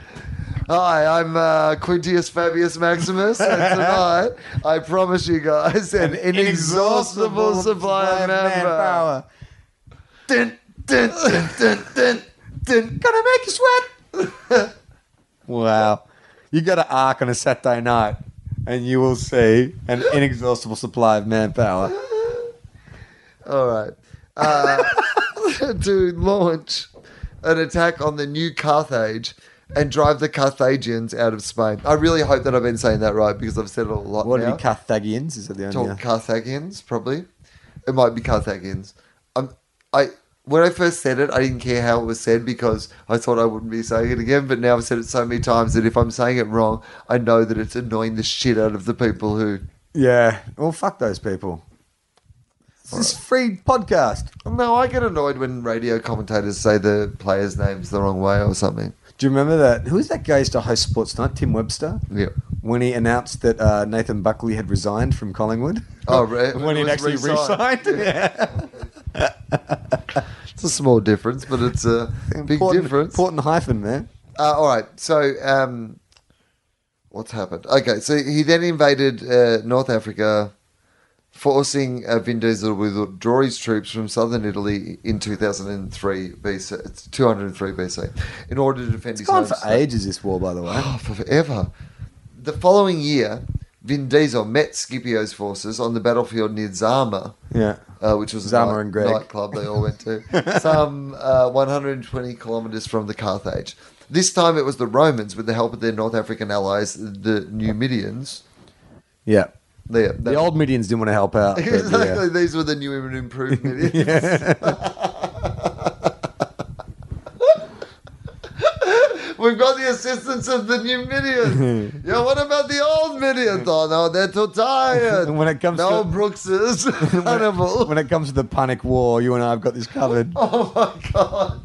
Speaker 1: Hi, I'm uh, Quintius Fabius Maximus, and tonight I promise you guys an, inexhaustible supply of manpower. Dun, dun, dun, dun, dun, dun. Gonna make you sweat.
Speaker 3: Wow, you got an arc on a Saturday night, and you will see an inexhaustible supply of manpower.
Speaker 1: All right. Uh, to launch an attack on the new Carthage and drive the Carthaginians out of Spain. I really hope that I've been saying that right because I've said it a lot
Speaker 3: What
Speaker 1: now.
Speaker 3: are the Carthaginians? Is that the
Speaker 1: Talk
Speaker 3: only? Yeah.
Speaker 1: Carthaginians, probably. It might be Carthaginians. Um, I when I first said it, I didn't care how it was said because I thought I wouldn't be saying it again. But now I've said it so many times that if I'm saying it wrong, I know that it's annoying the shit out of the people who.
Speaker 3: yeah. Well, fuck those people. This is free podcast.
Speaker 1: No, I get annoyed when radio commentators say the players' names the wrong way or something.
Speaker 3: Do you remember that? Who was that guy who used to host Sports Night? Tim Webster.
Speaker 1: Yeah.
Speaker 3: When he announced that uh, Nathan Buckley had resigned from Collingwood.
Speaker 1: Oh, right. It
Speaker 3: when he'd
Speaker 1: was
Speaker 3: actually
Speaker 1: re-signed.
Speaker 3: resigned. Yeah.
Speaker 1: It's a small difference, but it's a big
Speaker 3: important,
Speaker 1: difference.
Speaker 3: Important hyphen, man.
Speaker 1: Uh, all right. So, um, what's happened? Okay. So he then invaded uh, North Africa, forcing uh, Vin Diesel to withdraw his troops from southern Italy in 2003 BC, it's 203 BC, in order to defend his
Speaker 3: Gone
Speaker 1: home
Speaker 3: for
Speaker 1: state.
Speaker 3: ages, this war, by the way.
Speaker 1: Oh, for forever. The following year, Vin Diesel met Scipio's forces on the battlefield near Zama,
Speaker 3: Yeah.
Speaker 1: uh, which was a
Speaker 3: Zama
Speaker 1: night-
Speaker 3: and Greg.
Speaker 1: nightclub they all went to, some uh, 120 kilometres from the Carthage. This time it was the Romans, with the help of their North African allies, the Numidians.
Speaker 3: Yeah.
Speaker 1: They,
Speaker 3: The old Midians didn't want to help out. but yeah.
Speaker 1: Exactly. These were the new and improved Numidians. We've got the assistance of the new Midians. yeah, what about the old Midians? Oh, no, they're too tired.
Speaker 3: When it comes
Speaker 1: no
Speaker 3: to-
Speaker 1: Brookses, Hannibal.
Speaker 3: When it comes to the panic war, you and I have got this covered.
Speaker 1: Oh, my God.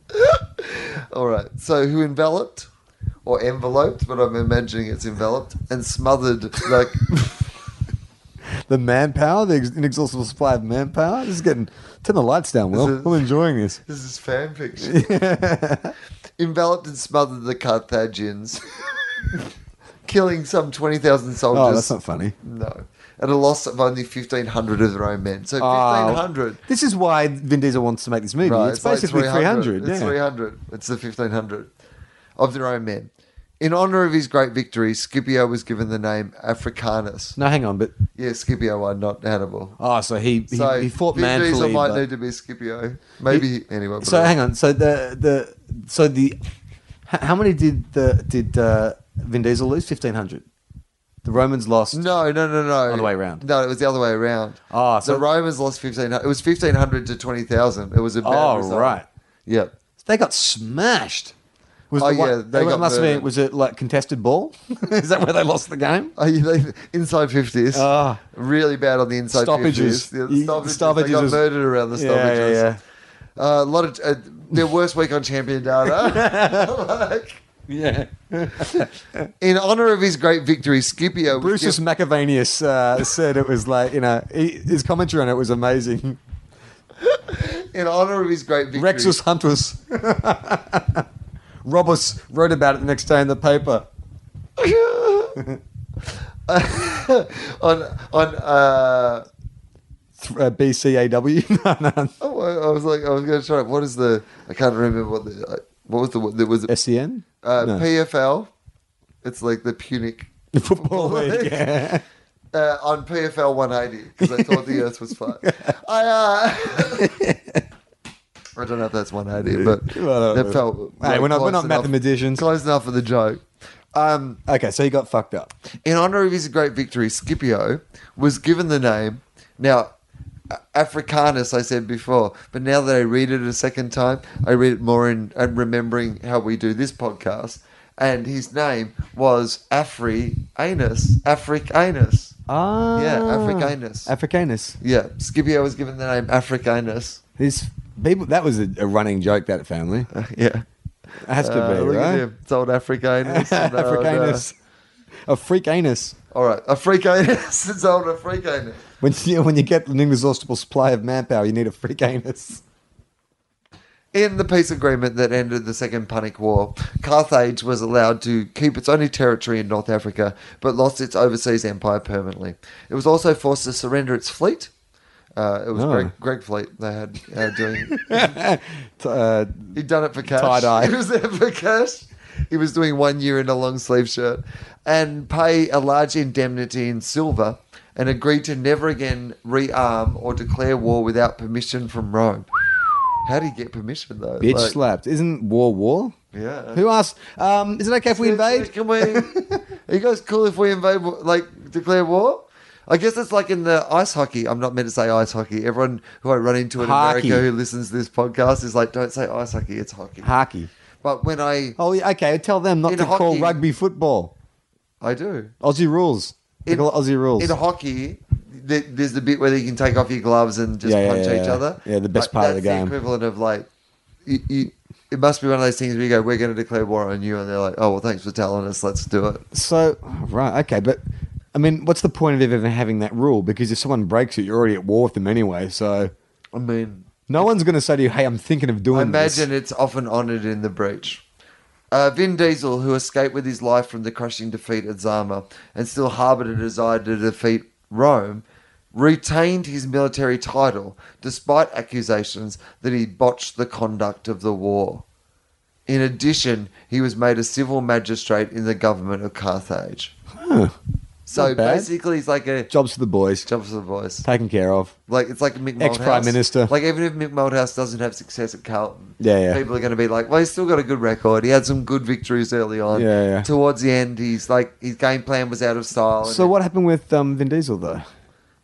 Speaker 1: All right. So, who enveloped or enveloped, but I'm imagining it's enveloped and smothered like
Speaker 3: The manpower, the ex- inexhaustible supply of manpower. This is getting turn the lights down. Well,
Speaker 1: This is-
Speaker 3: I'm enjoying this.
Speaker 1: This is fan fiction. Enveloped and smothered the Carthaginians, killing some 20,000 soldiers.
Speaker 3: Oh, that's not funny.
Speaker 1: No. At a loss of only 1,500 of their own men. So
Speaker 3: Oh,
Speaker 1: 1,500.
Speaker 3: This is why Vin Diesel wants to make this movie.
Speaker 1: Right,
Speaker 3: it's, basically
Speaker 1: like
Speaker 3: 300.
Speaker 1: It's
Speaker 3: yeah.
Speaker 1: 300. It's the 1,500 of their own men. In honor of his great victory, Scipio was given the name Africanus.
Speaker 3: No, hang on, but
Speaker 1: Yeah, Scipio won, not Hannibal.
Speaker 3: oh, so he he,
Speaker 1: Ah, So
Speaker 3: he fought
Speaker 1: Vin
Speaker 3: manfully.
Speaker 1: Diesel might
Speaker 3: but-
Speaker 1: need to be Scipio. Maybe anyway.
Speaker 3: so hang on, so the the so the h- how many did the did uh, Vin Diesel lose? 1500. The Romans lost.
Speaker 1: No, no, no, no.
Speaker 3: Other way around.
Speaker 1: No, it was the other way around.
Speaker 3: Ah, so-
Speaker 1: the Romans lost fifteen. It was fifteen hundred to twenty thousand. It was uh, a bad
Speaker 3: Oh,
Speaker 1: result.
Speaker 3: right.
Speaker 1: Yep.
Speaker 3: They got smashed. Was
Speaker 1: Oh,
Speaker 3: the one-
Speaker 1: yeah, they got
Speaker 3: must have been.
Speaker 1: murdered.
Speaker 3: Was it like contested ball? Is that where they lost the game?
Speaker 1: Are Oh, you they, inside fifties?
Speaker 3: Ah.
Speaker 1: really bad on the inside
Speaker 3: Stoppages.
Speaker 1: 50s. Yeah,
Speaker 3: You-
Speaker 1: the stoppages.
Speaker 3: stoppages
Speaker 1: They got
Speaker 3: was-
Speaker 1: murdered around the stoppages. Uh, a lot of uh, their worst week on champion data.
Speaker 3: yeah, yeah.
Speaker 1: In honor of his great victory, Scipio. was
Speaker 3: Brucius
Speaker 1: given-
Speaker 3: Macavanius uh, said it was like you know he, his commentary on it was amazing.
Speaker 1: in honor of his great victory,
Speaker 3: Rexus Huntus, Robus wrote about it the next day in the paper.
Speaker 1: on on. Uh,
Speaker 3: Th- uh, BCAW, no, no,
Speaker 1: oh, I I was like, I was going to try. it. What is the? I can't remember what the. uh, What was the? What, there was
Speaker 3: SEN,
Speaker 1: Uh,
Speaker 3: E No.
Speaker 1: PFL. It's like the Punic
Speaker 3: The football league.
Speaker 1: League.
Speaker 3: Yeah.
Speaker 1: uh, on PFL 180 because I thought the Earth was flat. I uh, I don't know if that's 180, but
Speaker 3: Well,
Speaker 1: that felt.
Speaker 3: Hey, we're not- we're
Speaker 1: close
Speaker 3: not mathematicians.
Speaker 1: Close enough for the joke. Um,
Speaker 3: Okay, so he got fucked up.
Speaker 1: in honor of his great victory, Scipio was given the name. Now, A- Africanus, I said before, but now that I read it a second time, I read it more in and remembering how we do this podcast. And his name was Africanus. Africanus.
Speaker 3: Ah,
Speaker 1: Yeah, Africanus.
Speaker 3: Africanus.
Speaker 1: Yeah, Scipio was given the name Africanus.
Speaker 3: His people. That was a, a running joke. That family
Speaker 1: Yeah.
Speaker 3: it has to
Speaker 1: Uh,
Speaker 3: be
Speaker 1: look at
Speaker 3: right.
Speaker 1: him. It's old Africanus. and old, uh,
Speaker 3: Africanus, a freak anus.
Speaker 1: all right, Africanus. It's old Africanus.
Speaker 3: When you, when you get an inexhaustible supply of manpower, you need a freak anus.
Speaker 1: In the peace agreement that ended the Second Punic War, Carthage was allowed to keep its only territory in North Africa, but lost its overseas empire permanently. It was also forced to surrender its fleet. Uh, it was
Speaker 3: Oh.
Speaker 1: Greg, Greg Fleet they had uh, doing.
Speaker 3: T- uh,
Speaker 1: He'd done it for cash.
Speaker 3: Tie-dye.
Speaker 1: He was there for cash. He was doing one year in a long sleeve shirt and pay a large indemnity in silver and agreed to never again rearm or declare war without permission from Rome. How do you get permission though?
Speaker 3: bitch
Speaker 1: Like,
Speaker 3: slapped. Isn't war war?
Speaker 1: Yeah.
Speaker 3: Who asked? Um, is it okay if we invade?
Speaker 1: Can we? Are you guys cool if we invade? wa- Like declare war? I guess it's like in the ice hockey. I'm not meant to say ice hockey. Everyone who I run into in
Speaker 3: Hockey.
Speaker 1: America who listens to this podcast is like, don't say ice hockey. It's hockey.
Speaker 3: Hockey.
Speaker 1: But when I
Speaker 3: Oh, yeah, okay. Tell them not
Speaker 1: In
Speaker 3: to call
Speaker 1: hockey-
Speaker 3: rugby football.
Speaker 1: I do.
Speaker 3: Aussie rules. They
Speaker 1: In-
Speaker 3: call it Aussie rules.
Speaker 1: In hockey, th- there's the bit where you can take off your gloves and just
Speaker 3: Yeah, yeah,
Speaker 1: punch
Speaker 3: yeah,
Speaker 1: each
Speaker 3: yeah.
Speaker 1: other.
Speaker 3: Yeah, the
Speaker 1: Like,
Speaker 3: best part of the
Speaker 1: that's
Speaker 3: game.
Speaker 1: equivalent of like, you, you, it must be one of those things where you go, "We're going to declare war on you," and they're like, "Oh well, thanks for telling us. Let's do it."
Speaker 3: so, right, okay, but I mean, what's the point of even having that rule? Because if someone breaks it, you're already at war with them anyway. So,
Speaker 1: I mean,
Speaker 3: no one's going to say to you, "Hey, I'm thinking of doing."
Speaker 1: I imagine
Speaker 3: this.
Speaker 1: it's often honoured in the breach. Uh, Vin Diesel, who escaped with his life from the crushing defeat at Zama and still harboured a desire to defeat Rome, retained his military title despite accusations that he botched the conduct of the war. In addition, he was made a civil magistrate in the government of Carthage. So
Speaker 3: Not bad.
Speaker 1: basically, it's like a
Speaker 3: Jobs for the boys,
Speaker 1: jumps the voice.
Speaker 3: taken care of.
Speaker 1: Like it's like Mick
Speaker 3: Ex Prime
Speaker 1: Moldhouse.
Speaker 3: Minister.
Speaker 1: Like even if Mick Moldhouse doesn't have success at Carlton,
Speaker 3: Yeah, yeah.
Speaker 1: people are going to be like, well, he's still got a good record. He had some good victories early on.
Speaker 3: Yeah, yeah.
Speaker 1: Towards the end, he's like his game plan was out of style. and
Speaker 3: So what happened with um, Vin Diesel though?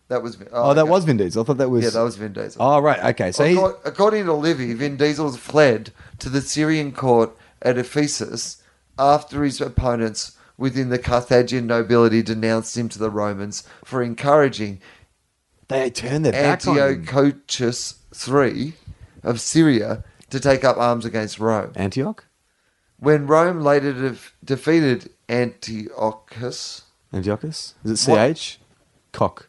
Speaker 1: That was.
Speaker 3: Oh, that
Speaker 1: okay.
Speaker 3: was Vin Diesel. I thought that was.
Speaker 1: Yeah, that was Vin Diesel.
Speaker 3: Oh right, okay. So he.
Speaker 1: Acco- according to Livy, Vin Diesel's fled to the Syrian court at Ephesus after his opponents within the Carthaginian nobility denounced him to the Romans for encouraging
Speaker 3: They turned their back on him.
Speaker 1: Antiochus III of Syria to take up arms against Rome.
Speaker 3: Antioch.
Speaker 1: When Rome later def defeated Antiochus,
Speaker 3: Antiochus. Is it
Speaker 1: What?
Speaker 3: CH? Cock.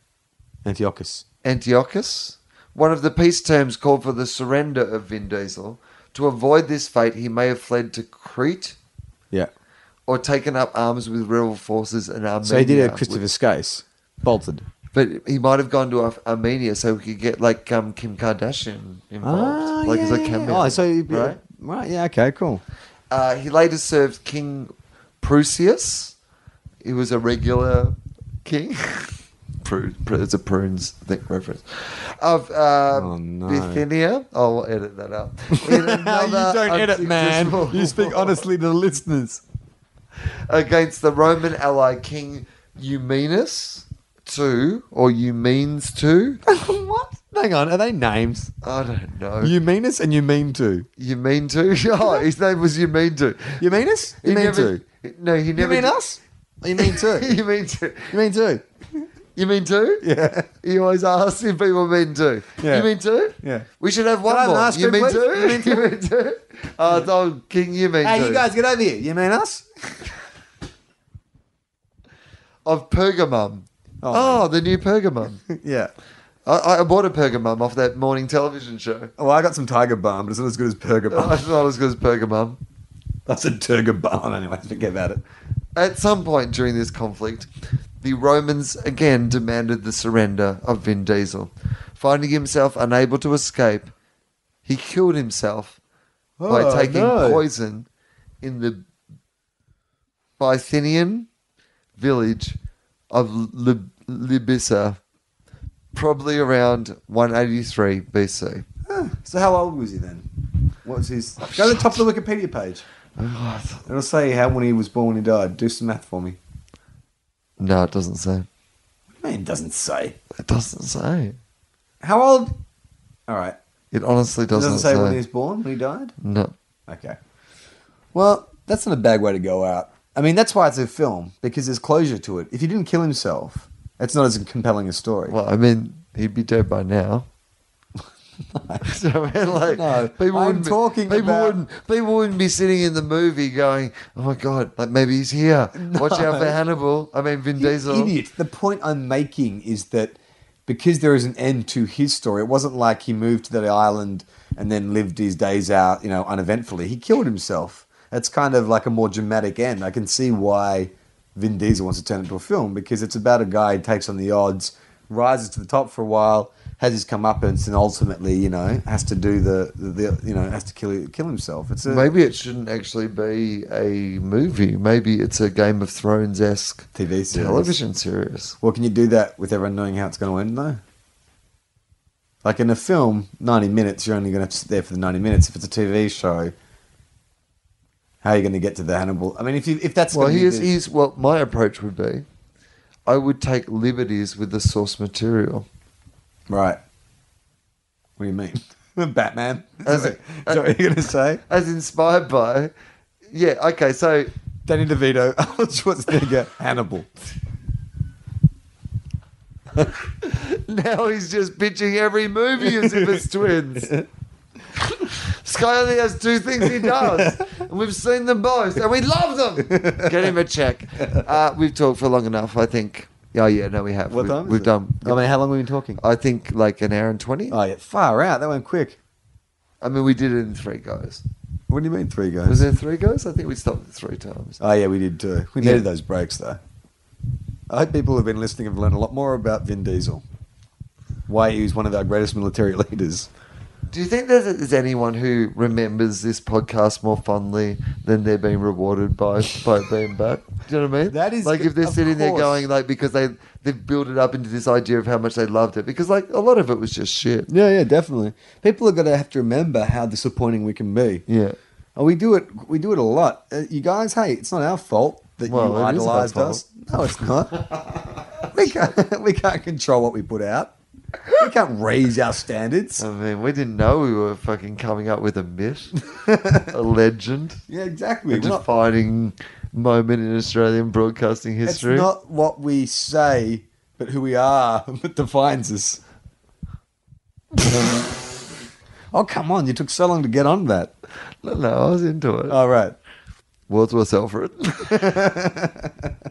Speaker 3: Antiochus.
Speaker 1: Antiochus, one of the peace terms called for the surrender of Vin Diesel. To avoid this fate, he may have fled to Crete
Speaker 3: Yeah.
Speaker 1: or taken up arms with rebel forces in Armenia.
Speaker 3: So he did a Christopher Skase. Bolted.
Speaker 1: but he might have gone to Ar- Armenia so he could get like um, Kim Kardashian involved, like as a cameo.
Speaker 3: Oh, so you,
Speaker 1: right?
Speaker 3: right? Yeah. Okay. Cool.
Speaker 1: Uh, he later served King Prusius. He was a regular king. Prune, it's a prunes thing reference of uh,
Speaker 3: Oh, no.
Speaker 1: Bithynia. I'll edit that out. In another unsuccessful war
Speaker 3: to the listeners.
Speaker 1: against the Roman ally King Eumenus II or Eumenes II.
Speaker 3: what? Hang on. Are they names?
Speaker 1: I don't know.
Speaker 3: You mean us and you mean to.
Speaker 1: Eumenes II. Oh, his name was Eumenes II.
Speaker 3: You mean us?
Speaker 1: He
Speaker 3: You mean
Speaker 1: never-
Speaker 3: to.
Speaker 1: No, he
Speaker 3: You
Speaker 1: never.
Speaker 3: mean
Speaker 1: did-
Speaker 3: us? You mean to.
Speaker 1: Eumenes II.
Speaker 3: You mean to.
Speaker 1: You mean two?
Speaker 3: Yeah.
Speaker 1: You always ask if people mean two.
Speaker 3: Yeah.
Speaker 1: You mean two?
Speaker 3: Yeah.
Speaker 1: We should have one
Speaker 3: Can I have an
Speaker 1: more.
Speaker 3: ice
Speaker 1: You
Speaker 3: cream,
Speaker 1: mean
Speaker 3: please?
Speaker 1: two?
Speaker 3: You mean two?
Speaker 1: You mean two? Oh, it's old King, you mean two.
Speaker 3: Hey, you guys, get over here. You mean us?
Speaker 1: Of Pergamum. Oh,
Speaker 3: Oh.
Speaker 1: the new Pergamum.
Speaker 3: Yeah.
Speaker 1: I, I bought a Pergamum off that morning television show.
Speaker 3: Well, I got some Tiger Balm, but it's not as good as Perga
Speaker 1: I
Speaker 3: Balm.
Speaker 1: thought it was because Pergamum.
Speaker 3: That's a Turga Balm, anyway. Forget about it.
Speaker 1: At some point during this conflict, the Romans again demanded the surrender of Vin Diesel. Finding himself unable to escape, he killed himself
Speaker 3: Oh,
Speaker 1: by taking
Speaker 3: no.
Speaker 1: poison in the Bithynian village of Lib- Libissa, probably around 183 BC.
Speaker 3: So, how old was he then? What's his. Go to the top of the Wikipedia page. It'll say how when he was born, when he died. Do some math for me.
Speaker 1: No, it doesn't say.
Speaker 3: I mean, it doesn't say.
Speaker 1: It doesn't say.
Speaker 3: How old? All right.
Speaker 1: It honestly
Speaker 3: It
Speaker 1: doesn't,
Speaker 3: doesn't say
Speaker 1: say.
Speaker 3: when he was born, when he died.
Speaker 1: no.
Speaker 3: Okay. Well, that's not a bad way to go out. I mean, that's why it's a film because there's closure to it. If he didn't kill himself, it's not as compelling a story.
Speaker 1: Well, I mean, he'd be dead by now. so, I mean, like,
Speaker 3: No,
Speaker 1: people
Speaker 3: I'm
Speaker 1: wouldn't be-
Speaker 3: talking
Speaker 1: people
Speaker 3: about-
Speaker 1: wouldn't people wouldn't be sitting in the movie going, "Oh my god, like maybe he's here." Watch out for Hannibal. I mean, Vin
Speaker 3: You
Speaker 1: Diesel.
Speaker 3: idiot. The point I'm making is that because there is an end to his story, it wasn't like he moved to that island and then lived his days out, you know, uneventfully. He killed himself. That's kind of like a more dramatic end. I can see why Vin Diesel wants to turn it into a film because it's about a guy who takes on the odds, rises to the top for a while, has his comeuppance, and ultimately, you know, has to do the, the, the you know, has to kill kill himself. It's a
Speaker 1: Maybe it shouldn't actually be a movie. Maybe it's a Game of Thrones esque
Speaker 3: TV series.
Speaker 1: television series.
Speaker 3: Well, can you do that with everyone knowing how it's going to end, though? Like in a film, 90 minutes, you're only going to have to sit there for the 90 minutes. If it's a TV show, how are you going to get to the Hannibal? I mean, if you, if that's
Speaker 1: Well,
Speaker 3: gonna be
Speaker 1: here's,
Speaker 3: the-
Speaker 1: here's well, my approach would be, I would take liberties with the source material.
Speaker 3: right. What do you mean, Batman?
Speaker 1: As-
Speaker 3: Is that what you're going to say?
Speaker 1: As inspired by, yeah, okay, so
Speaker 3: Danny DeVito, Arnold Schwarzenegger, Hannibal.
Speaker 1: Now he's just pitching every movie as if it's twins. Sky only has two things he does, and we've seen them both, and we love them. Get him a check. Uh, we've talked for long enough, I think. Oh yeah, no, we have.
Speaker 3: What
Speaker 1: we've,
Speaker 3: time? Is
Speaker 1: we've
Speaker 3: it?
Speaker 1: done.
Speaker 3: I mean, how long have we been talking?
Speaker 1: I think like an hour and twenty.
Speaker 3: Oh, yeah, far out. That went quick.
Speaker 1: I mean, we did it in three goes.
Speaker 3: What do you mean, three guys?
Speaker 1: Was there three goes? I think we stopped it three times.
Speaker 3: Oh yeah, we did too. We
Speaker 1: Yeah.
Speaker 3: needed those breaks though. I hope people who've been listening have learned a lot more about Vin Diesel. Why he was one of our greatest military leaders.
Speaker 1: Do you think there's, there's anyone who remembers this podcast more fondly than they're being rewarded by by being back? Do you know what I mean?
Speaker 3: That is
Speaker 1: like if they're
Speaker 3: of
Speaker 1: sitting there
Speaker 3: course.
Speaker 1: going like because they they've built it up into this idea of how much they loved it because like a lot of it was just shit.
Speaker 3: Yeah, yeah, definitely. People are going to have to remember how disappointing we can be.
Speaker 1: Yeah.
Speaker 3: And we do it. We do it a lot. Uh, you guys, hey, it's not our fault that
Speaker 1: Well,
Speaker 3: you
Speaker 1: it is our
Speaker 3: idolized
Speaker 1: fault.
Speaker 3: us. No, it's not. we can't. We can't control what we put out. We can't raise our standards.
Speaker 1: I mean, we didn't know we were fucking coming up with a myth, a legend,
Speaker 3: Yeah, exactly.
Speaker 1: a
Speaker 3: We're not-
Speaker 1: defining moment in Australian broadcasting
Speaker 3: it's
Speaker 1: history.
Speaker 3: not what we say, but who we are that defines us. oh come on! You took so long to get on that.
Speaker 1: no, no, I was into it.
Speaker 3: All right.
Speaker 1: Wordsworth Alfred.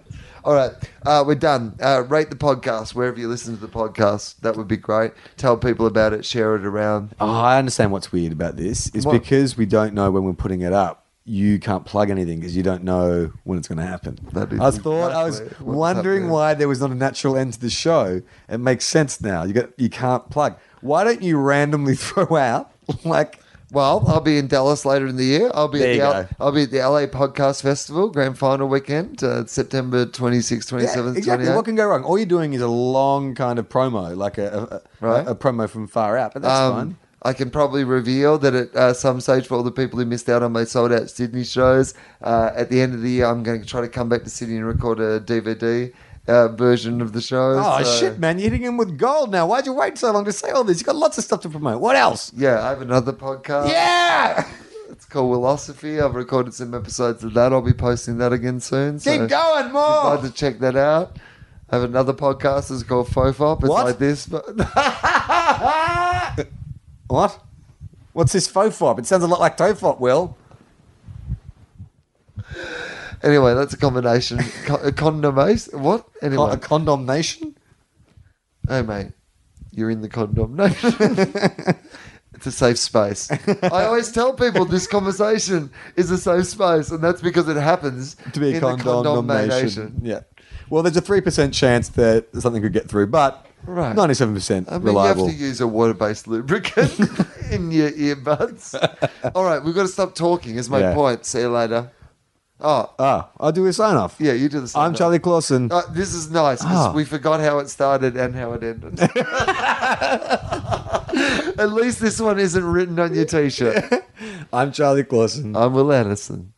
Speaker 1: All right, uh, we're done. Uh, rate the podcast wherever you listen to the podcast. That would be great. Tell people about it. Share it around.
Speaker 3: Oh, I understand what's weird about this is
Speaker 1: What?
Speaker 3: because we don't know when we're putting it up. You can't plug anything because you don't know when it's going to happen.
Speaker 1: That is
Speaker 3: I thought I was
Speaker 1: exactly what's
Speaker 3: wondering
Speaker 1: happening.
Speaker 3: why there was not a natural end to the show. It makes sense now. You got you can't plug. Why don't you randomly throw out like
Speaker 1: Well, I'll be in Dallas later in the year. I'll be
Speaker 3: There
Speaker 1: at
Speaker 3: you
Speaker 1: the L-
Speaker 3: go.
Speaker 1: I'll be at the LA Podcast Festival Grand Final weekend, uh, September 26th, 27th,
Speaker 3: Yeah, exactly?
Speaker 1: 28th.
Speaker 3: What can go wrong? All you're doing is a long kind of promo, like a a, a-
Speaker 1: Right.
Speaker 3: a, promo from far out. But that's
Speaker 1: Um,
Speaker 3: fine.
Speaker 1: I can probably reveal that at uh, some stage for all the people who missed out on my sold out Sydney shows, uh, at the end of the year, I'm going to try to come back to Sydney and record a DVD uh, version of the show.
Speaker 3: Oh
Speaker 1: so-
Speaker 3: shit, man! You're hitting him with gold now. Why'd you wait so long to say all this? You got lots of stuff to promote. What else?
Speaker 1: Yeah, I have another podcast.
Speaker 3: Yeah.
Speaker 1: It's called Philosophy. I've recorded some episodes of that. I'll be posting that again soon. So
Speaker 3: Keep going,
Speaker 1: I'd
Speaker 3: more.
Speaker 1: like to check that out. I have another podcast. It's called Fofop. It's
Speaker 3: What?
Speaker 1: like this, but
Speaker 3: What? What's this fofop? It sounds a lot like tofop, Will.
Speaker 1: anyway, that's a combination. Con- condomation? eh? What?
Speaker 3: Con-
Speaker 1: Anyway,
Speaker 3: a condemnation?
Speaker 1: hey mate, you're in the condom. No, it's a safe space. I always tell people this conversation is a safe space, and that's because it happens
Speaker 3: To be a
Speaker 1: in the
Speaker 3: condemnation.
Speaker 1: condemnation.
Speaker 3: Yeah. Well, there's a 3% chance that something could get through, but
Speaker 1: Right.
Speaker 3: 97%
Speaker 1: I mean,
Speaker 3: reliable.
Speaker 1: you have to use a water-based lubricant in your earbuds. All right, we've got to stop talking. Is my
Speaker 3: Yeah.
Speaker 1: point. See you later. Oh,
Speaker 3: ah, I'll do a sign off.
Speaker 1: yeah, you do the same.
Speaker 3: I'm Charlie Clausen.
Speaker 1: Uh, this is nice 'cause
Speaker 3: Ah.
Speaker 1: we forgot how it started and how it ended. At least this one isn't written on your t-shirt.
Speaker 3: I'm Charlie Clausen.
Speaker 1: I'm Will Anderson.